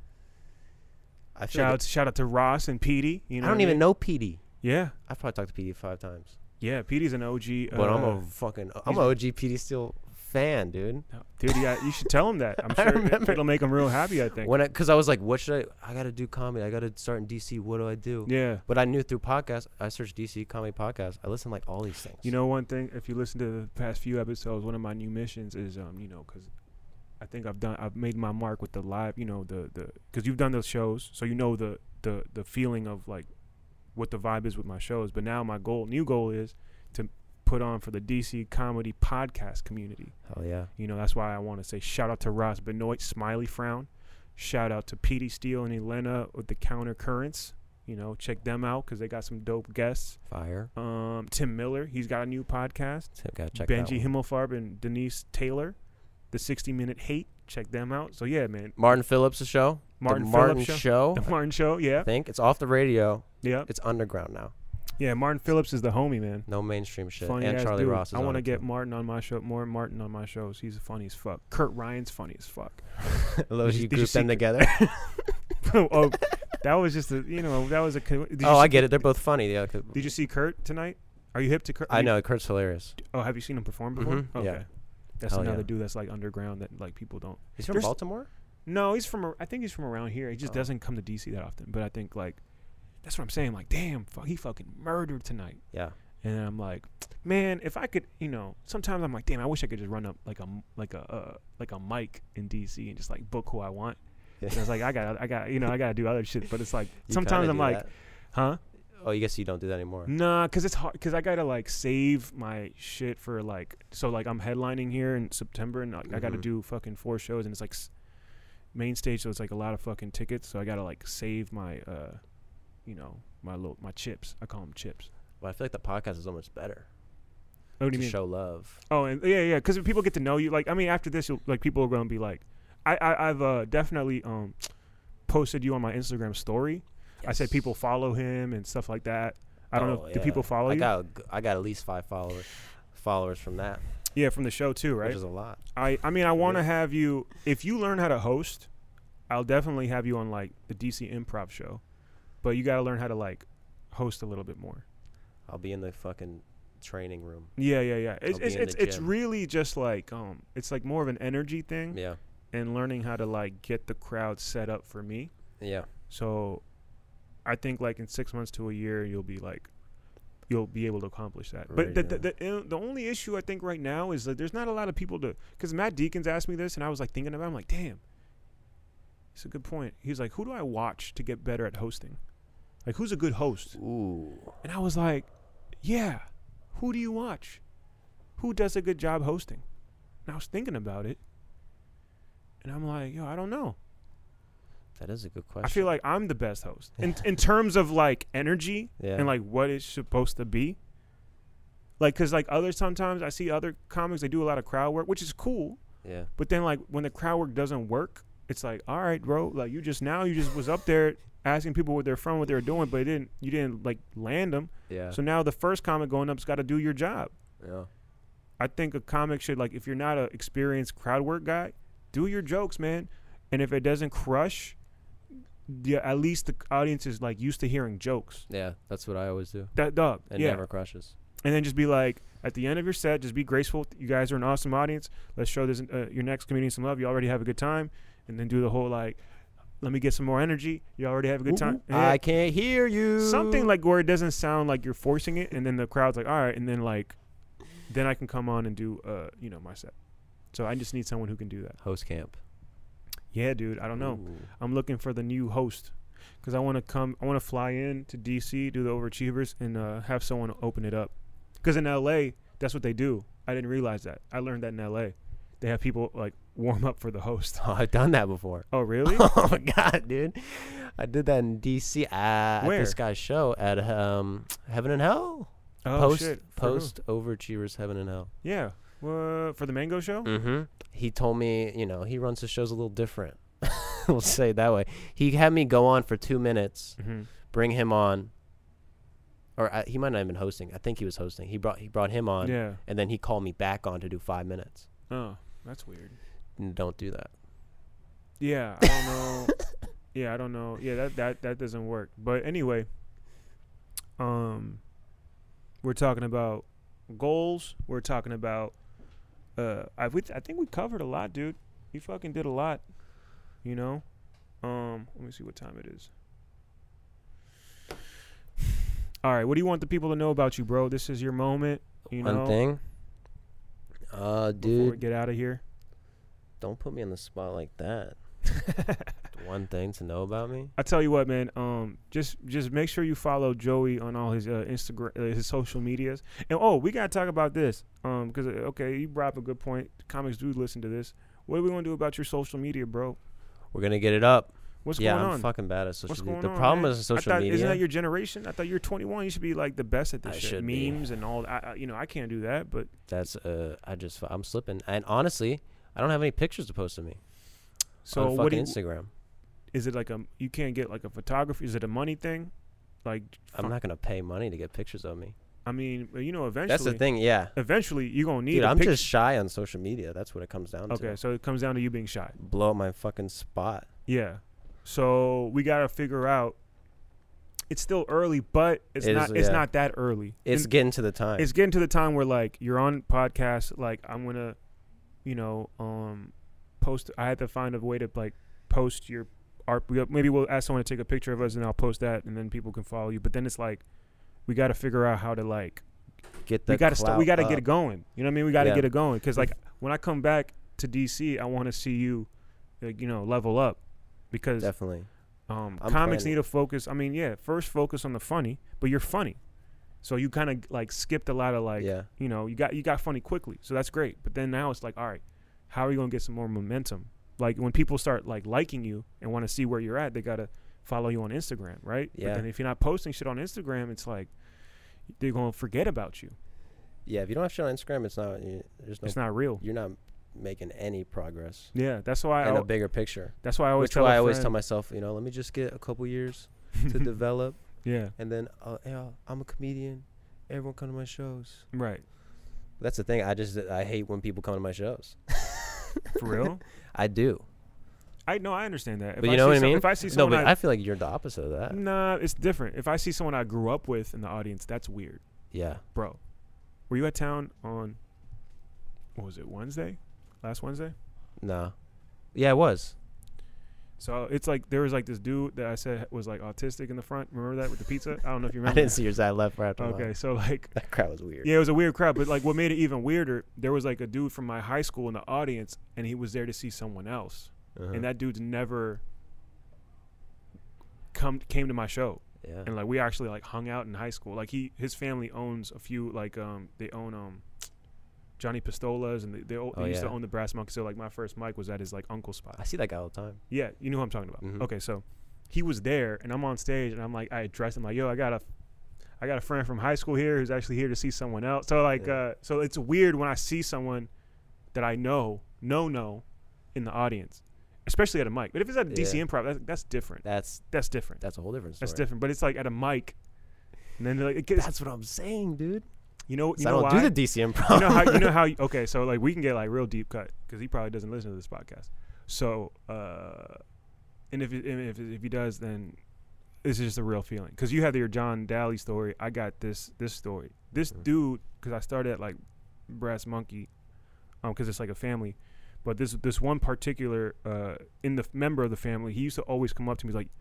B: I feel
A: shout
B: like
A: out, shout out to ross and Petey. you know
B: I don't
A: what
B: even
A: mean?
B: know PD.
A: yeah
B: I've probably talked to PD five times,
A: yeah Petey's an og uh,
B: but I'm a fucking I'm
A: he's-
B: an OG PD Steele fan, dude.
A: dude yeah, you should tell him that i'm
B: I
A: sure it,
B: remember.
A: it'll make him real happy i think
B: When I, cause I was like, what should I? I gotta do comedy. I gotta start in DC. What do I do?
A: yeah
B: But I knew through podcasts. I searched DC comedy podcast. I listened to, like all these things.
A: You know, one thing, if you listen to the past few episodes, one of my new missions is, um, you know, because I think I've done, I've made my mark with the live, you know, the, the, because you've done those shows, so you know the, the, the feeling of like what the vibe is with my shows. But now my goal, new goal is to put on for the DC comedy podcast community.
B: Hell yeah.
A: You know, that's why I want to say shout out to Ross Benoit, Smiley Frown. Shout out to Petey Steele and Elena with the Counter Currents. You know, check them out because they got some dope guests.
B: Fire.
A: Um, Tim Miller, he's got a new podcast.
B: So gotta check that
A: Benji
B: one.
A: Himmelfarb and Denise Taylor, the 60 Minute Hate. Check them out. So yeah, man,
B: Martin Phillips' show.
A: Martin
B: the
A: Phillips
B: Martin
A: show.
B: show.
A: the Martin Show. Yeah,
B: I think it's off the radio.
A: yeah,
B: It's underground now.
A: yeah. Martin Phillips is the homie, man.
B: No mainstream shit.
A: Funny
B: and
A: ass
B: Charlie
A: dude.
B: Ross. Is
A: I
B: on
A: want to
B: it,
A: get
B: too.
A: Martin on my show. More Martin on my shows. He's funny as fuck. Kurt Ryan's funny as fuck.
B: I
A: Did
B: love you,
A: you-
B: you
A: did you
B: group
A: see-
B: them together.
A: oh, that was just a you know that was a. co- Did you
B: oh, I
A: see-
B: get it. They're both funny. Yeah. 'cause-
A: Did you see Kurt tonight? Are you hip to Kurt?
B: I
A: you-
B: know Kurt's hilarious.
A: Oh, have you seen him perform before?
B: Mhm, yeah.
A: That's
B: Hell
A: another
B: yeah.
A: dude that's like underground that like people don't.
B: He's from
A: There's-
B: Baltimore.
A: No, he's from. ar- I think he's from around here. He just
B: Oh.
A: doesn't come to DC that often. But I think like that's what I'm saying. Like, damn, fuck, he fucking murdered tonight.
B: Yeah.
A: And I'm like, man, if I could, you know, sometimes I'm like, damn, I wish I could just run up like a m- like a uh, like a mic in DC and just like book who I want.
B: Yeah.
A: And I was like, I got, I got, you know, I got to do other shit. But it's like
B: You
A: sometimes
B: kinda
A: I'm
B: do
A: like,
B: that.
A: huh?
B: oh, you guess you don't do that anymore.
A: Nah, cause it's hard. Cause I gotta like save my shit for like. So like I'm headlining here in September, and like, I gotta
B: Mhm.
A: do fucking four shows, and it's like s- main stage, so it's like a lot of fucking tickets. So I gotta like save my, uh, you know, my little my chips. I call them chips.
B: But I feel like the podcast is so much better.
A: What do
B: to
A: you mean?
B: Show love.
A: Oh, and yeah, yeah, because people get to know you. Like, I mean, after this, you'll, like people are gonna be like, I, I I've uh, definitely um posted you on my Instagram story. I said
B: Yes.
A: people follow him and stuff like that. I don't know.
B: Oh,
A: Do people
B: yeah.
A: follow
B: I
A: you?
B: got a g- I got at least five followers followers from that,
A: yeah, from the show too, right?
B: which is a lot.
A: I I mean, I want to
B: Yeah.
A: have you. If you learn how to host, I'll definitely have you on like the DC Improv show. But you got to learn how to like host a little bit more.
B: I'll be in the fucking training room.
A: Yeah, yeah, yeah. It's
B: I'll be
A: it's
B: in
A: it's,
B: the
A: it's
B: gym.
A: really just like um, it's like more of an energy thing
B: Yeah.
A: and learning how to like get the crowd set up for me.
B: Yeah.
A: So I think like in six months to a year, you'll be like, you'll be able to accomplish that. But
B: Right,
A: the, the,
B: yeah.
A: the, uh, the only issue I think right now is that there's not a lot of people to, because Matt Deacons asked me this and I was like thinking about it. I'm like, damn, it's a good point. He's like, who do I watch to get better at hosting? Like, who's a good host?
B: Ooh.
A: And I was like, yeah, who do you watch? Who does a good job hosting? And I was thinking about it. And I'm like, yo, I don't know.
B: That is a good question.
A: I feel like I'm the best host in in terms of like energy
B: Yeah.
A: and like what it's supposed to be. Like, cause like other sometimes I see other comics they do a lot of crowd work, which is cool.
B: Yeah.
A: But then like when the crowd work doesn't work, it's like all right, bro. Like you just now you just was up there asking people what they're from, what they're doing, but it didn't you didn't like land them.
B: Yeah.
A: So now the first comic going up's got to do your job.
B: yeah.
A: I think a comic should like if you're not an experienced crowd work guy, do your jokes, man. And if it doesn't crush, yeah, at least the audience is like used to hearing jokes.
B: Yeah. That's what I always do.
A: That dog,
B: It
A: yeah.
B: never crushes.
A: And then just be like, at the end of your set, just be graceful. You guys are an awesome audience. Let's show this uh, your next comedian some love. You already have a good time, and then do the whole like, let me get some more energy. You already have a good time. Yeah.
B: I can't hear you.
A: Something like where it doesn't sound like you're forcing it, and then the crowd's like, all right, and then like, then I can come on and do uh, you know, my set. So I just need someone who can do that.
B: host camp.
A: Yeah, dude. I don't know.
B: Ooh.
A: I'm looking for the new host because I want to come. I want to fly in to DC, do the overachievers, and uh, have someone open it up. Because in LA, that's what they do. I didn't realize that. I learned that in LA. They have people like warm up for the host.
B: Oh, I've done that before.
A: Oh, really?
B: oh my god, dude! I did that in DC uh, at
A: Where?
B: this guy's show at um Heaven and Hell.
A: Oh
B: post
A: shit. For who?
B: post overachievers Heaven and Hell.
A: Yeah. Uh, for the Mango Show.
B: Mm-hmm. He told me, you know, he runs his shows a little different. we'll say it that way. He had me go on for two minutes,
A: Mm-hmm.
B: bring him on, or I, he might not have been hosting. I think he was hosting. He brought he brought him on,
A: Yeah.
B: and then he called me back on to do five minutes.
A: Oh, that's weird.
B: N- Don't do that.
A: Yeah, I don't know. yeah, I don't know. Yeah, that that that doesn't work. But anyway, um, we're talking about goals. We're talking about uh, I we, I think we covered a lot, dude. You fucking did a lot. You know, um, let me see what time it is. All right, what do you want the people to know about you, bro? This is your moment. You
B: One
A: know,
B: thing. Uh,
A: before we
B: dude,
A: get out of here.
B: don't put me on the spot like that. One thing to know about me.
A: I tell you what, man. Um, just just make sure you follow Joey on all his uh, Instagram, uh, his social medias. And oh, we gotta talk about this. Um, because okay, you brought up a good point. Comics do listen to this. What are we gonna do about your social media, bro?
B: We're gonna get it up.
A: What's
B: yeah,
A: going
B: I'm
A: on?
B: fucking bad at social
A: What's
B: media.
A: going
B: The
A: on?
B: problem
A: man?
B: is social
A: I thought,
B: media.
A: Isn't that your generation? I thought you're 21. You should be like the best at this
B: I
A: shit.
B: should be.
A: Memes and all. I, I, you know, I can't do that. But
B: That's uh, I just I'm slipping. And honestly, I don't have any pictures to post of me
A: so
B: on
A: what? Do
B: fucking
A: you,
B: Instagram.
A: is it like a? You can't get like a photography. Is it a money thing? Like,
B: I'm not gonna pay money to get pictures of me.
A: I mean, you know, eventually,
B: That's the thing. Yeah,
A: eventually you're gonna need.
B: dude,
A: a
B: I'm
A: picture.
B: just shy on social media. That's what it comes down to.
A: okay. So it comes down to you being shy.
B: Blow up my fucking spot.
A: Yeah. So we gotta figure out. It's still early, but it's
B: It is,
A: not. It's
B: yeah.
A: not that early.
B: It's
A: And
B: getting to the time.
A: it's getting to the time where like you're on podcasts. Like I'm gonna you know, um, post. I had to find a way to like post your art. we- Maybe we'll ask someone to take a picture of us, and I'll post that, and then people can follow you. But then it's like we got to figure out how to like
B: Get that.
A: we gotta st- we gotta get it
B: it.
A: going. You know what I mean? We gotta
B: Yeah.
A: get it going because like when I come back to DC, I want to see you, like, you know, level up because
B: Definitely.
A: um,
B: I'm
A: comics
B: planning.
A: need to focus. I mean, yeah, first focus on the funny, but you're funny, so you kind of like skipped a lot of like
B: yeah.
A: you know you got you got funny quickly, so that's great. But then now it's like, all right, how are you gonna get some more momentum? Like when people start like liking you and want to see where you're at, they gotta follow you on Instagram, right?
B: Yeah.
A: But then if you're not posting shit on Instagram, it's like they're gonna forget about you.
B: Yeah. If you don't have shit on Instagram, it's not. you- There's no.
A: It's not real.
B: You're not making any progress
A: Yeah, that's why I
B: in a
A: al-
B: bigger picture.
A: that's why I always
B: Which
A: tell
B: why
A: a
B: I always tell
A: friend-
B: myself, you know, let me just get a couple years to develop,
A: yeah
B: and then uh, yeah, I'm a comedian. Everyone come to my shows.
A: right
B: That's the thing. I just I hate when people come to my shows.
A: for real.
B: I do.
A: I know I understand that. If
B: but you
A: I
B: know
A: see
B: what I
A: some-
B: mean?
A: If I see
B: no,
A: someone,
B: but
A: I, Mm.
B: I feel like you're the opposite of that.
A: nah, it's different. If I see someone I grew up with in the audience, that's weird,
B: Yeah.
A: bro. Were you at town on what was it Wednesday? Last Wednesday.
B: No. Yeah, it was.
A: So it's like there was like this dude that I said was like autistic in the front. Remember that with the pizza? I don't know if you
B: I
A: remember.
B: didn't see your side left right after mine.
A: Okay, so like
B: That crowd was weird.
A: Yeah, it was a weird crowd. But like, what made it even weirder, there was like a dude from my high school in the audience, and he was there to see someone else,
B: Uh-huh.
A: and that dude's never come came to my show.
B: yeah.
A: And like, we actually like hung out in high school. Like, he his family owns a few like um they own um Johnny Pistolas, and they they, o- they
B: Oh,
A: used to
B: yeah.
A: own the Brass Monkey. So like, my first mic was at his like uncle's spot.
B: I see that guy all the time.
A: Yeah, you know who I'm talking about.
B: Mhm.
A: Okay, so he was there, and I'm on stage, and I'm like, I addressed him like, "Yo, I got a, I got a friend from high school here who's actually here to see someone else." So like,
B: Yeah.
A: uh, so it's weird when I see someone that I know, no, no, in the audience, especially at a mic. But if it's at a DC
B: Yeah.
A: Improv, that's, that's different.
B: That's
A: That's different.
B: that's a whole different story.
A: That's different. But it's like at a mic, and then like, it gets,
B: That's what I'm saying, dude.
A: you know, you
B: 'Cause I
A: know
B: don't
A: why?
B: do the DC
A: you
B: improv.
A: know how you know how okay so like we can get like real deep cut because he probably doesn't listen to this podcast so uh and if it- and if, if he does then this is just a real feeling because you have your john daly story i got this this story this
B: Mhm.
A: dude because i started at like brass monkey um because it's like a family but this this one particular uh in the f- member of the family he used to always come up to me he's like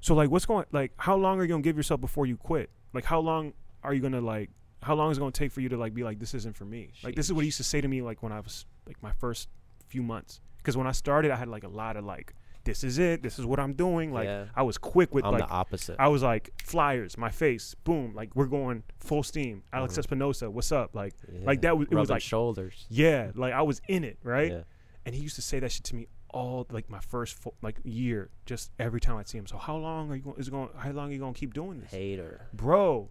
A: so like what's going like how long are you gonna give yourself before you quit like how long are you gonna like how long is it gonna take for you to like be like this isn't for me like this is what he used to say to me like when i was like my first few months because when i started i had like a lot of like this is it this is what i'm doing like
B: Yeah.
A: i was quick with
B: I'm
A: like
B: the opposite.
A: i was like flyers my face boom like we're going full steam alex
B: Mhm.
A: espinosa what's up like
B: Yeah.
A: like, that was- it was
B: Rubbing
A: like-
B: shoulders.
A: yeah like i was in it right
B: Yeah.
A: and he used to say that shit to me all like my first full, like year just every time i'd see him so how long are you going is it going how long are you going to keep doing this
B: Hater.
A: bro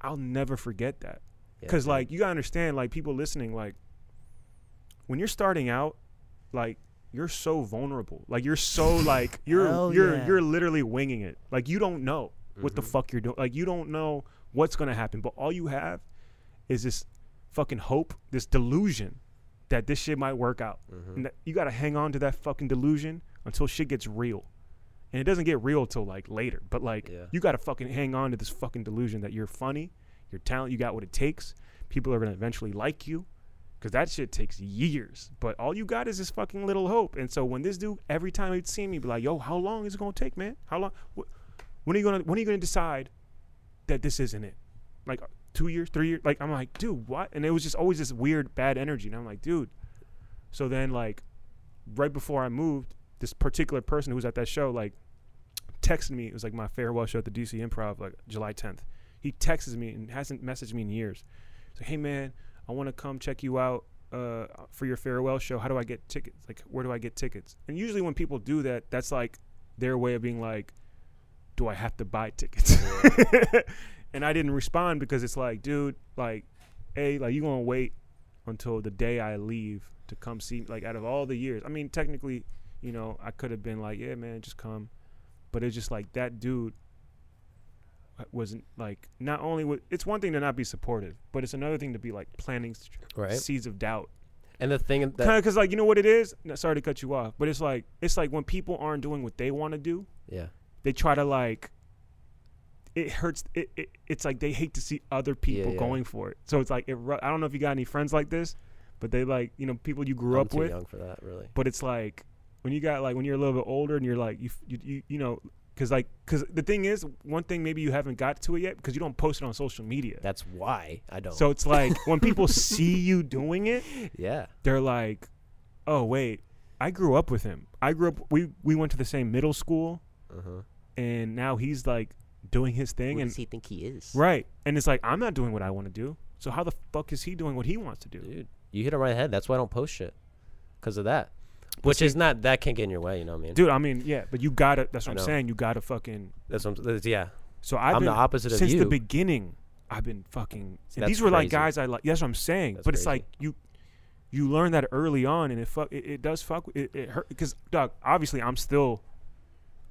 A: i'll never forget that
B: Yeah,
A: because
B: dude.
A: like you gotta understand like people listening like when you're starting out like you're so vulnerable like you're so like you're
B: Hell
A: you're
B: yeah.
A: you're literally winging it like you don't know what the
B: Mhm.
A: fuck you're doing like you don't know what's gonna happen but all you have is this fucking hope this delusion that this shit might work out
B: Mhm.
A: and that- you gotta hang on to that fucking delusion until shit gets real and it doesn't get real till like later but like
B: Yeah.
A: you gotta fucking hang on to this fucking delusion that you're funny your talent you got what it takes people are gonna eventually like you because that shit takes years but all you got is this fucking little hope and so when this dude every time he'd see me he'd be like yo how long is it gonna take man how long wh- when are you gonna when are you gonna decide that this isn't it like two years three years like i'm like dude what and it was just always this weird bad energy and i'm like dude so then like right before I moved, this particular person who was at that show like texted me. It was like my farewell show at the DC Improv, like July 10th. He texts me and hasn't messaged me in years. So hey man, I want to come check you out uh, for your farewell show. How do I get tickets? Like where do I get tickets? And usually when people do that, that's like their way of being like, do I have to buy tickets? and I didn't respond because it's like, dude, like, hey, like you gonna wait until the day I leave to come see like out of all the years. I mean, technically, you know, I could have been like, yeah, man, just come. But it's just like that dude uh, wasn't like not only was it's one thing to not be supportive, but it's another thing to be like planting s-
B: Right.
A: seeds of doubt.
B: And the thing that
A: Kind of cuz like you know what it is? No, sorry to cut you off, but it's like it's like when people aren't doing what they want to do,
B: yeah.
A: they try to like it hurts it, it it's like they hate to see other people
B: yeah.
A: going for it so it's like it ru- i don't know if you got any friends like this But they like you know people you grew
B: I'm
A: up
B: too
A: with.
B: young for that, really.
A: But it's like when you got like when you're a little bit older and you're like you f- you you, you know because like because the thing is one thing maybe you haven't got to it yet because you don't post it on social media.
B: That's why I don't.
A: So it's like when people see you doing it,
B: yeah,
A: they're like, "Oh wait, I grew up with him. I grew up. We we went to the same middle school,
B: uh-huh.
A: and now he's like doing his thing.
C: Who
A: and
C: does he think he is?
A: right, and it's like I'm not doing what I want to do. So how the fuck is he doing what he wants to do?
B: dude, you hit it right on the head. That's why I don't post shit because of that. Which is not that can't get in your way. You know what I mean?
A: Dude, I mean, yeah, but you gotta. That's
B: I
A: what I'm
B: know.
A: saying. You gotta fucking.
B: that's what I'm, that's, yeah.
A: So I've
B: I'm
A: been
B: the opposite of
A: since the
B: you.
A: beginning. I've been fucking. and
B: That's
A: these were like
B: crazy.
A: guys I like. That's what I'm saying.
B: That's
A: but it's
B: crazy.
A: like you. You learn that early on, and it fuck it, it does fuck it, it hurt because dog. Obviously, I'm still,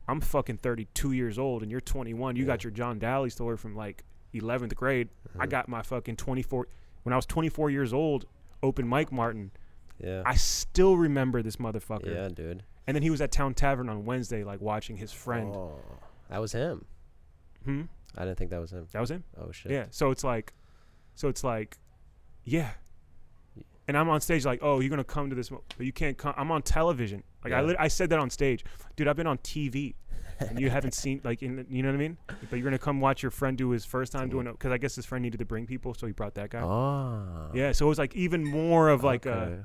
A: I'm fucking 32 years old, and you're 21. You
B: Yeah.
A: got your John Daly story from like 11th grade. I
B: Mhm.
A: got my fucking 24 when I was 24 years old. Open Mike Martin.
B: Yeah.
A: I still remember this motherfucker.
B: yeah, dude.
A: And then he was at Town Tavern on Wednesday, like watching his friend.
B: Oh, that was him.
A: Hmm?
B: I didn't think that was him.
A: That was him.
B: Oh shit.
A: Yeah. So it's like, so it's like, yeah.
B: Yeah.
A: And I'm on stage like, oh, you're gonna come to this, mo- but you can't come. I'm on television. Like I,
B: Yeah.
A: lit- I said that on stage, dude. I've been on TV, and you haven't seen like, in, the- you know what I mean? But you're gonna come watch your friend do his first time doing it because I guess his friend needed to bring people, so he brought that guy.
B: Oh.
A: Yeah. So it was like even more of like, uh,
B: okay.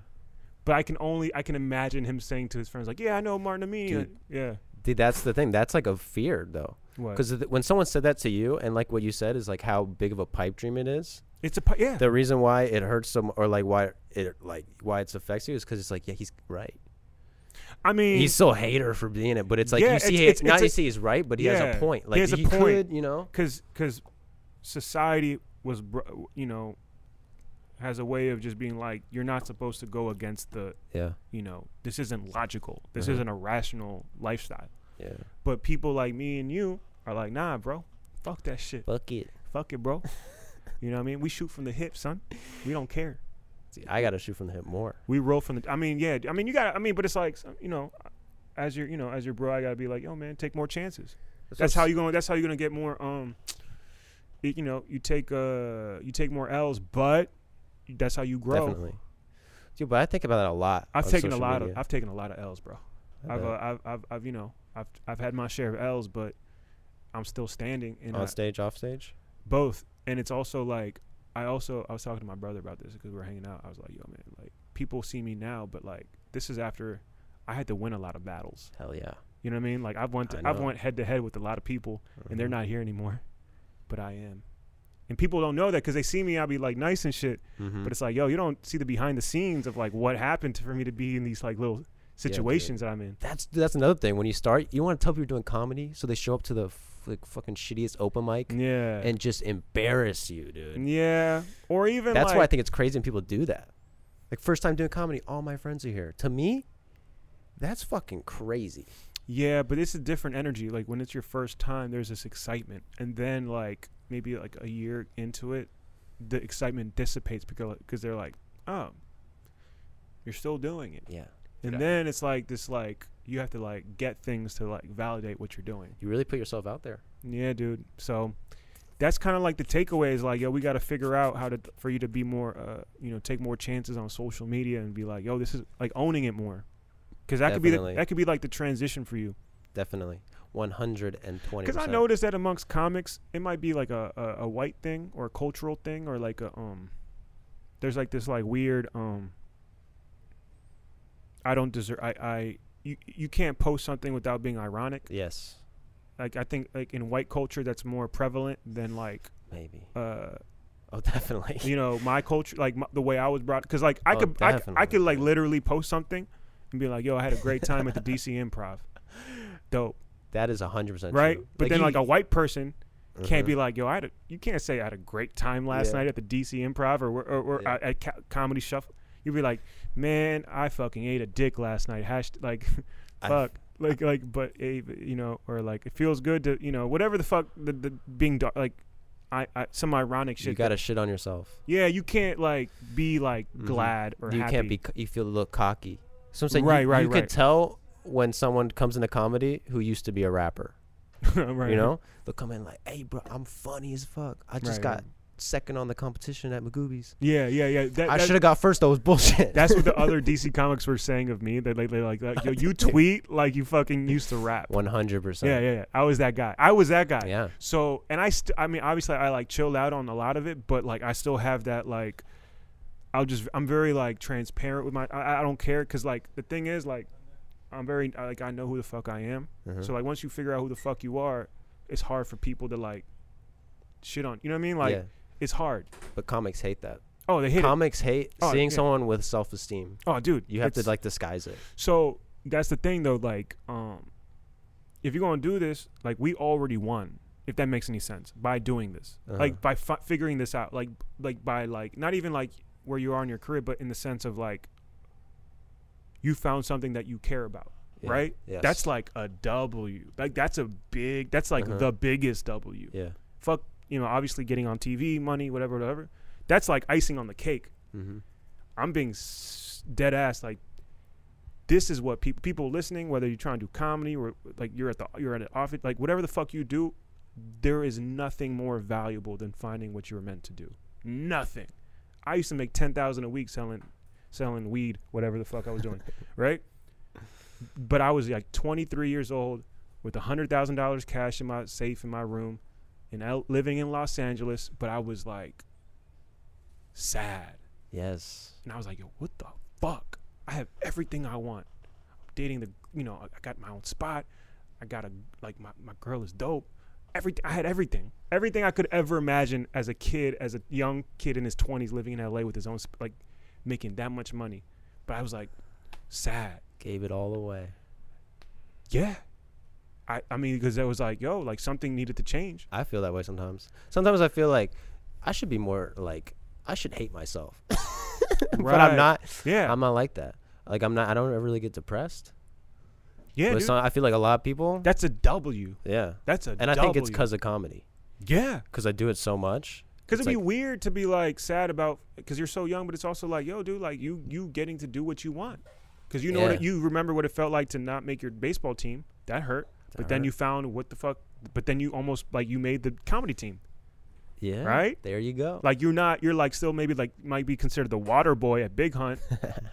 A: but I can only I can imagine him saying to his friends like, yeah, I know Martin Amini.
B: Dude.
A: Yeah.
B: Dude, that's the thing. That's like a fear though,
A: What?
B: because th- when someone said that to you, and like what you said is like how big of a pipe dream it is.
A: it's a pi- yeah.
B: The reason why it hurts some, or like why it like why it's affects you, is because it's like yeah, he's right.
A: I mean,
B: He's so hater for being it, but it's like
A: Yeah,
B: you
A: it's-
B: see it.
A: it's-
B: now
A: it's
B: you
A: a-
B: see he's right, but he has
A: yeah,
B: a point.
A: he
B: Like
A: has a
B: he
A: point.
B: could, you know.
A: because because society was br- you know has a way of just being like you're not supposed to go against the
B: Yeah,
A: you know this isn't logical this
B: Uh-huh.
A: isn't a rational lifestyle
B: yeah.
A: but people like me and you are like nah bro fuck that shit
C: Fuck it.
A: fuck it bro you know what i mean we shoot from the hip son we don't care
B: See, I gotta shoot from the hip more.
A: we roll from the i mean yeah i mean you gotta i mean but it's like you know as your you know as your bro i gotta be like yo man take more chances That's how you going. That's how you're gonna get more. Um, y- you know, you take uh, you take more L's, but that's how you grow.
B: definitely. Dude, but I think about that a lot.
A: I've
B: on
A: taken a
B: social
A: lot
B: media.
A: of. I've taken a lot of L's, bro.
B: I
A: I've,
B: bet.
A: uh, I've I've I've you know I've I've had my share of L's, but I'm still standing and I-
B: on stage, off stage.
A: both. And it's also like I also I was talking to my brother about this because we were hanging out. I was like, yo, man, like people see me now, but like this is after I had to win a lot of battles.
B: Hell yeah.
A: You know what I mean? Like I've went
B: I
A: to, I've
B: know.
A: went head to head with a lot of people. and they're
B: Mhm.
A: not here anymore, but I am. And people don't know that because they see me, I'll be like nice and shit.
B: Mhm.
A: But it's like, yo, you don't see the behind the scenes of like what happened to- for me to be in these like little situations that I'm in.
B: that's that's another thing. When you start, you want to tell people you're doing comedy, so they show up to the f- like fucking shittiest open mic
A: Yeah.
B: and just embarrass you, dude.
A: yeah. Or even
B: That's
A: like,
B: why I think it's crazy when people do that. Like first time doing comedy, all my friends are here. To me, that's fucking crazy.
A: yeah, but it's a different energy. Like when it's your first time, there's this excitement, and then like maybe like a year into it, the excitement dissipates because because they're like, oh, you're still doing it,
B: Yeah,
A: and
B: Yeah.
A: then it's like this like you have to like get things to like validate what you're doing.
B: you really put yourself out there.
A: Yeah, dude. So that's kind of like the takeaway is like, yo, we got to figure out how to for you to be more, uh, you know, take more chances on social media and be like, yo, this is like owning it more, because that could be
B: Definitely.
A: the, that could be like the transition for you.
B: Definitely, one hundred and twenty.
A: Because I noticed that amongst comics, it might be like a, a a white thing or a cultural thing or like a um, there's like this like weird um. I don't deserve. I I you you can't post something without being ironic.
B: Yes,
A: Like I think like in white culture that's more prevalent than like
B: maybe.
A: uh
B: Oh, definitely.
A: you know my culture like my, the way i was brought because like i
B: Oh,
A: could I, could- I could
B: definitely.
A: like literally post something and be like yo i had a great time at the dc improv dope
B: that is hundred percent
A: right
B: True.
A: but then
B: you-
A: like a white person can't
B: Mhm.
A: be like yo i had a, you can't say i had a great time last
B: Yeah.
A: night at the dc improv or or, or
B: Yeah.
A: at, at co- comedy shuffle you'd be like man i fucking ate a dick last night hash like
B: I-
A: fuck like like but eh, you know or like it feels good to you know whatever the fuck the, the being dark like I, I some ironic shit
B: You
A: that-
B: gotta shit on yourself.
A: yeah, you can't like be like
B: Mhm.
A: glad or
B: you
A: happy.
B: can't be. c- You feel a little cocky. So I'm saying,
A: Right,
B: you,
A: right,
B: you
A: right.
B: could tell when someone comes into comedy who used to be a rapper.
A: right.
B: You know, they'll come in like, "Hey, bro, I'm funny as fuck. I just
A: Right,
B: got second on the competition at Magoobies.
A: Yeah, yeah, yeah. That,
B: I
A: that-
B: should have got first. That was bullshit.
A: That's what the other DC comics were saying of me. They like, they like, like, yo, you tweet like you fucking used to rap.
B: one hundred percent.
A: Yeah, yeah, yeah. I was that guy. I was that guy.
B: Yeah.
A: So, and I, st- I mean, obviously, I like chilled out on a lot of it, but like, I still have that like, I'll just, I'm very like transparent with my, I, I don't care because like the thing is like, I'm very I- like I know who the fuck I am.
B: Mhm.
A: So like once you figure out who the fuck you are, it's hard for people to like shit on. You know what I mean? Like
B: yeah.
A: it's hard.
B: But comics hate that.
A: Oh, they hit
B: comics hate
A: Oh,
B: seeing
A: yeah.
B: someone with self esteem.
A: it. Oh, dude,
B: You have
A: it's-
B: to like disguise it.
A: So that's the thing though, like, um if you're gonna do this, like we already won, if that makes any sense, by doing this.
B: Uh-huh.
A: Like by fi- figuring this out. Like like by like not even like where you are in your career, but in the sense of like you found something that you care about.
B: Yeah.
A: Right?
B: Yes.
A: That's like a W. Like that's a big that's like
B: Uh-huh.
A: the biggest W.
B: yeah.
A: Fuck you know, obviously getting on TV, money, whatever, whatever. That's like icing on the cake.
B: Mm-hmm.
A: I'm being s- dead ass. Like, this is what people people listening, whether you're trying to do comedy or like you're at the you're at an office, like whatever the fuck you do, there is nothing more valuable than finding what you were meant to do. Nothing. I used to make ten thousand a week selling selling weed, whatever the fuck I was doing, right? But I was like 23 years old with hundred thousand dollars cash in my safe in my room, and out living in Los Angeles. But I was like sad.
B: Yes.
A: And I was like, yo, what the fuck? I have everything I want. I'm dating the, you know, I I got my own spot. I got a, like, my, my girl is dope. Everything, I had everything. Everything I could ever imagine as a kid, as a young kid in his 20s living in LA with his own, sp- like, making that much money. But I was like, sad.
B: Gave it all away.
A: Yeah. I, I mean, because I was like, yo, like, something needed to change.
B: I feel that way sometimes. Sometimes I feel like I should be more like I should hate myself. But
A: Right.
B: I'm not.
A: Yeah.
B: I'm not like that. Like I'm not. I don't ever really get depressed.
A: yeah,
B: but
A: dude.
B: some- I feel like a lot of people.
A: That's a W.
B: yeah.
A: That's a
B: And I think it's
A: W.
B: because of comedy.
A: Yeah.
B: Because I do it so much.
A: Because
B: It's
A: it'd be
B: like-
A: weird to be like sad about because you're so young, but it's also like, yo, dude, like you you getting to do what you want because you know
B: Yeah.
A: what you remember what it felt like to not make your baseball team. That hurt, but then
B: hurt.
A: you found what the fuck. But then you almost like you made the comedy team,
B: Yeah.
A: right?
B: There you go.
A: Like you're not you're like still maybe like might be considered the water boy at Big Hunt,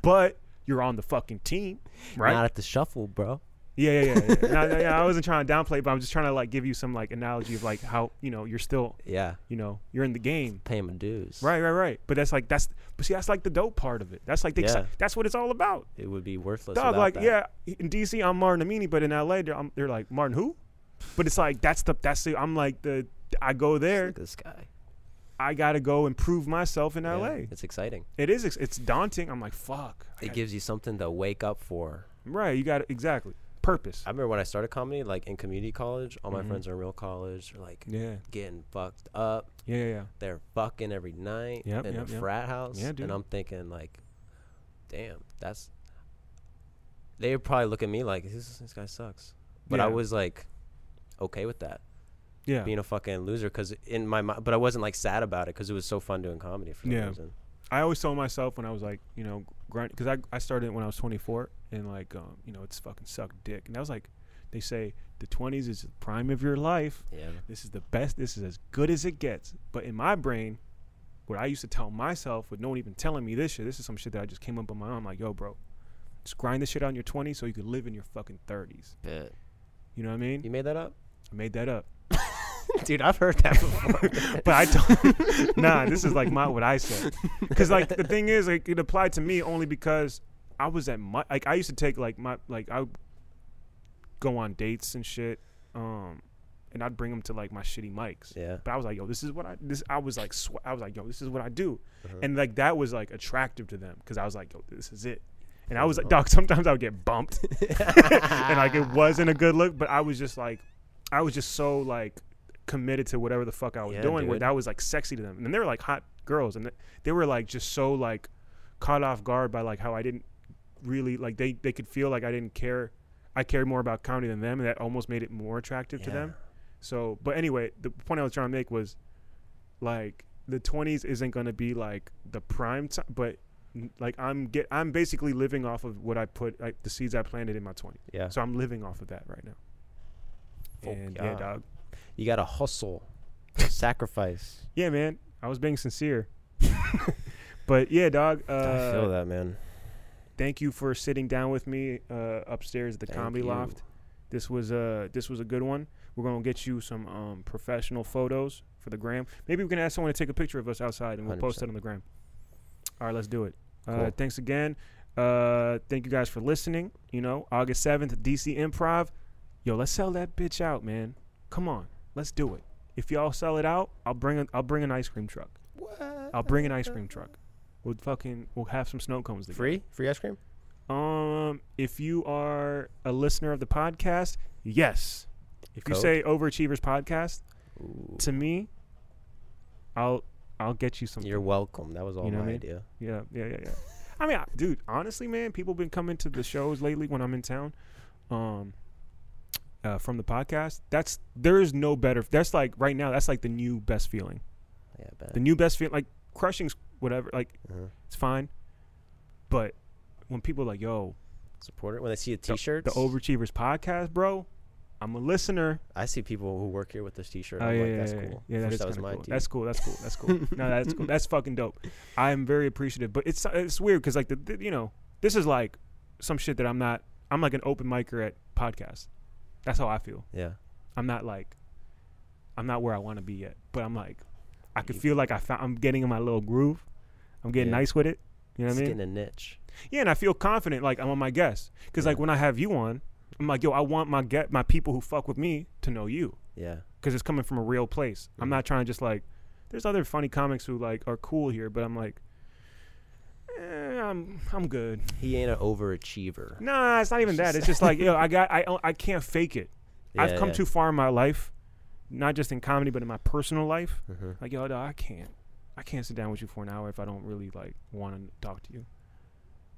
A: but you're on the fucking team, right?
B: Not at the shuffle, bro.
A: yeah, yeah, yeah. yeah. No, no, yeah, I wasn't trying to downplay, but I'm just trying to like give you some like analogy of like how you know you're still
B: Yeah.
A: you know you're in the game.
B: Pay my dues.
A: Right, right, right. But that's like that's but see that's like the dope part of it. That's like the exci-
B: Yeah.
A: that's what it's all about.
B: It would be worthless.
A: Dog,
B: without
A: like
B: that.
A: yeah, in DC I'm Martin Amini, but in LA they're, I'm, they're like Martin who? But it's like that's the that's the I'm like the I go there,
B: This guy.
A: I gotta go and prove myself in
B: Yeah,
A: LA.
B: It's exciting.
A: It is ex- it's daunting. I'm like fuck. I
B: It
A: got-
B: gives you something to wake up for.
A: right, you got exactly purpose.
B: I remember when I started comedy, like in community college, all my
A: Mhm.
B: friends are in real college. They're like
A: Yeah,
B: getting fucked up.
A: yeah, yeah, yeah.
B: they're fucking every night
A: Yep,
B: in
A: yep,
B: a
A: yep.
B: frat house.
A: Yeah, dude.
B: and I'm thinking like, damn, that's they would probably look at me like this, this guy sucks. But I
A: Yeah.
B: was like okay with that.
A: yeah.
B: Being a fucking loser cuz in my mind, but I wasn't like sad about it cuz it was so fun doing comedy for some
A: Yeah.
B: reason.
A: I always told myself when I was like, you know, grind because I, I started when I was 24 and like, um, you know, it's fucking suck dick. And I was like, they say the 20s is the prime of your life.
B: Yeah.
A: This is the best. This is as good as it gets. But in my brain, what I used to tell myself with no one even telling me this shit, this is some shit that I just came up on my own. I'm like, yo, bro, just grind this shit out in your 20s so you can live in your fucking 30s.
B: But
A: You know what I mean?
B: you made that up?
A: I made that up.
B: Dude, I've heard that before.
A: But I don't. nah, this is like my what I said. Because like the thing is, like it applied to me only because I was at my like I used to take like my like I would go on dates and shit, um, and I'd bring them to like my shitty mics.
B: yeah.
A: But I was like, yo, this is what I this. I was like, sw- I was like, yo, this is what I do,
B: Uh-huh.
A: and like that was like attractive to them because I was like, yo, this is it. And I was like,
B: Uh-huh.
A: dog. Sometimes I would get bumped, and like it wasn't a good look. But I was just like, I was just so like committed to whatever the fuck I was
B: Yeah,
A: doing, where
B: dude.
A: that was like sexy to them. And they were like hot girls, and th- they were like just so like caught off guard by like how I didn't really like they they could feel like I didn't care. I cared more about comedy than them, and that almost made it more attractive to
B: Yeah.
A: them. So, but anyway, the point I was trying to make was like the 20s isn't going to be like the prime time, but n- like I'm get I'm basically living off of what I put like the seeds I planted in my 20s.
B: Yeah.
A: So I'm living off of that right now.
B: Fuck
A: and yeah,
B: yeah.
A: dog.
B: You got to hustle. sacrifice.
A: Yeah, man. I was being sincere. but yeah, dog. Uh,
B: I feel that, man.
A: Thank you for sitting down with me uh, upstairs at the
B: Thank
A: Comedy
B: you.
A: Loft. This was uh this was a good one. We're gonna get you some um, professional photos for the gram. Maybe we can ask someone to take a picture of us outside and we'll post
B: 100%.
A: it on the gram. All right, let's do it. Uh,
B: Cool.
A: thanks again. Uh, thank you guys for listening. You know, August seventh, DC Improv. Yo, let's sell that bitch out, man. Come on, let's do it. If y'all sell it out, I'll bring a, I'll bring an ice cream truck. I'll bring an ice cream truck. We'll fucking we'll have some snow cones. Together.
B: Free? Free ice cream?
A: Um, if you are a listener of the podcast, yes. If you
B: Code.
A: say Overachievers Podcast
B: Ooh.
A: to me, I'll I'll get you something.
B: You're welcome. That was all
A: know what I
B: my
A: mean?
B: idea.
A: Yeah, yeah, yeah, yeah. I mean, I, dude, honestly, man, people been coming to the shows lately when I'm in town, um, uh, from the podcast. That's there is no better. That's like right now. That's like the new best feeling.
B: Yeah, I bet.
A: The new best feeling, like crushing's whatever. Like
B: uh-huh.
A: it's fine, but when people are like, yo,
B: Support it. When I see a
A: the-
B: t-shirt,
A: the Overachievers podcast, bro. I'm a listener.
B: I see people who work here with this t-shirt.
A: Oh,
B: I'm
A: yeah,
B: like,
A: yeah,
B: that's
A: yeah, yeah.
B: cool.
A: Yeah,
B: I
A: that
B: wish
A: is
B: that was
A: kinda
B: my
A: cool.
B: idea.
A: That's cool. That's cool. That's cool. no, that's cool. That's fucking dope. I'm very appreciative, but it's it's weird because like the, the you know this is like some shit that I'm not. I'm like an open micer at podcasts. That's how I feel.
B: yeah.
A: I'm not like I'm not where I want to be yet, but I'm like I can
B: You-
A: feel like I found, I'm getting in my little groove. I'm getting
B: Yeah.
A: nice with it. You know what
B: It's
A: I mean?
B: getting a niche.
A: Yeah, and I feel confident. Like I'm on my guest because like
B: Yeah.
A: when I have you on, I'm like, yo, I want my get my people who fuck with me to know you
B: Yeah.
A: because it's coming from a real place. I'm
B: Mhm.
A: not trying to just like. There's other funny comics who like are cool here, but I'm like, eh, I'm I'm good.
B: He ain't an overachiever.
A: Nah, it's not even
B: It's
A: that.
B: just-
A: It's just like yo, I got I I can't fake it. I've
B: Yeah,
A: come
B: yeah.
A: too far in my life, not just in comedy, but in my personal life.
B: Mhm.
A: Like yo, dawg, I can't. I can't sit down with you for an hour if I don't really like want to talk to you.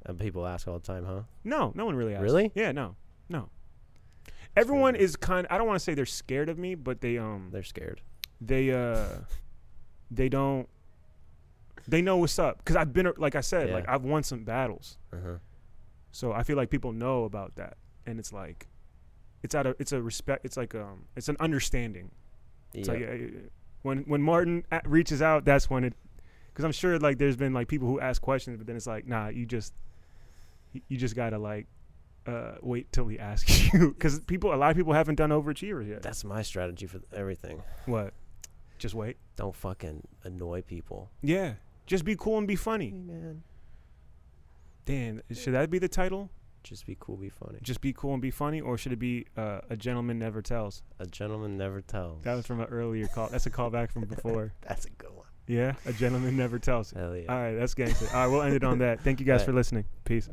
B: And people ask all the time, huh?
A: No, no one really asked.
B: Really?
A: Yeah, no, no. Everyone
B: weird.
A: is kind. I don't want to say they're scared of me, but they um
B: They're scared.
A: they uh they don't they know what's up because I've been a- like I said
B: Yeah.
A: like I've won some battles,
B: Uh-huh.
A: so I feel like people know about that, and it's like it's out of it's a respect. It's like um it's an understanding. It's
B: Yeah.
A: like uh, when when Martin a- reaches out, that's when it because I'm sure like there's been like people who ask questions, but then it's like nah, you just you- you just gotta like uh wait till he asks you because people a lot of people haven't done overachievers yet.
B: That's my strategy for everything.
A: what? Just wait.
B: Don't fucking annoy people.
A: Yeah. Just be cool and be funny.
B: man.
A: Damn, should that be the title?
B: Just be cool, be funny.
A: Just be cool and be funny, or should it be uh, a gentleman never tells?
B: A gentleman never tells.
A: That was from an earlier call. That's a callback from before.
B: That's a good one.
A: Yeah, a gentleman never tells.
B: Hell yeah.
A: All right, that's gangster. All right, we'll end it on that. Thank you guys
B: All right.
A: for listening. Peace.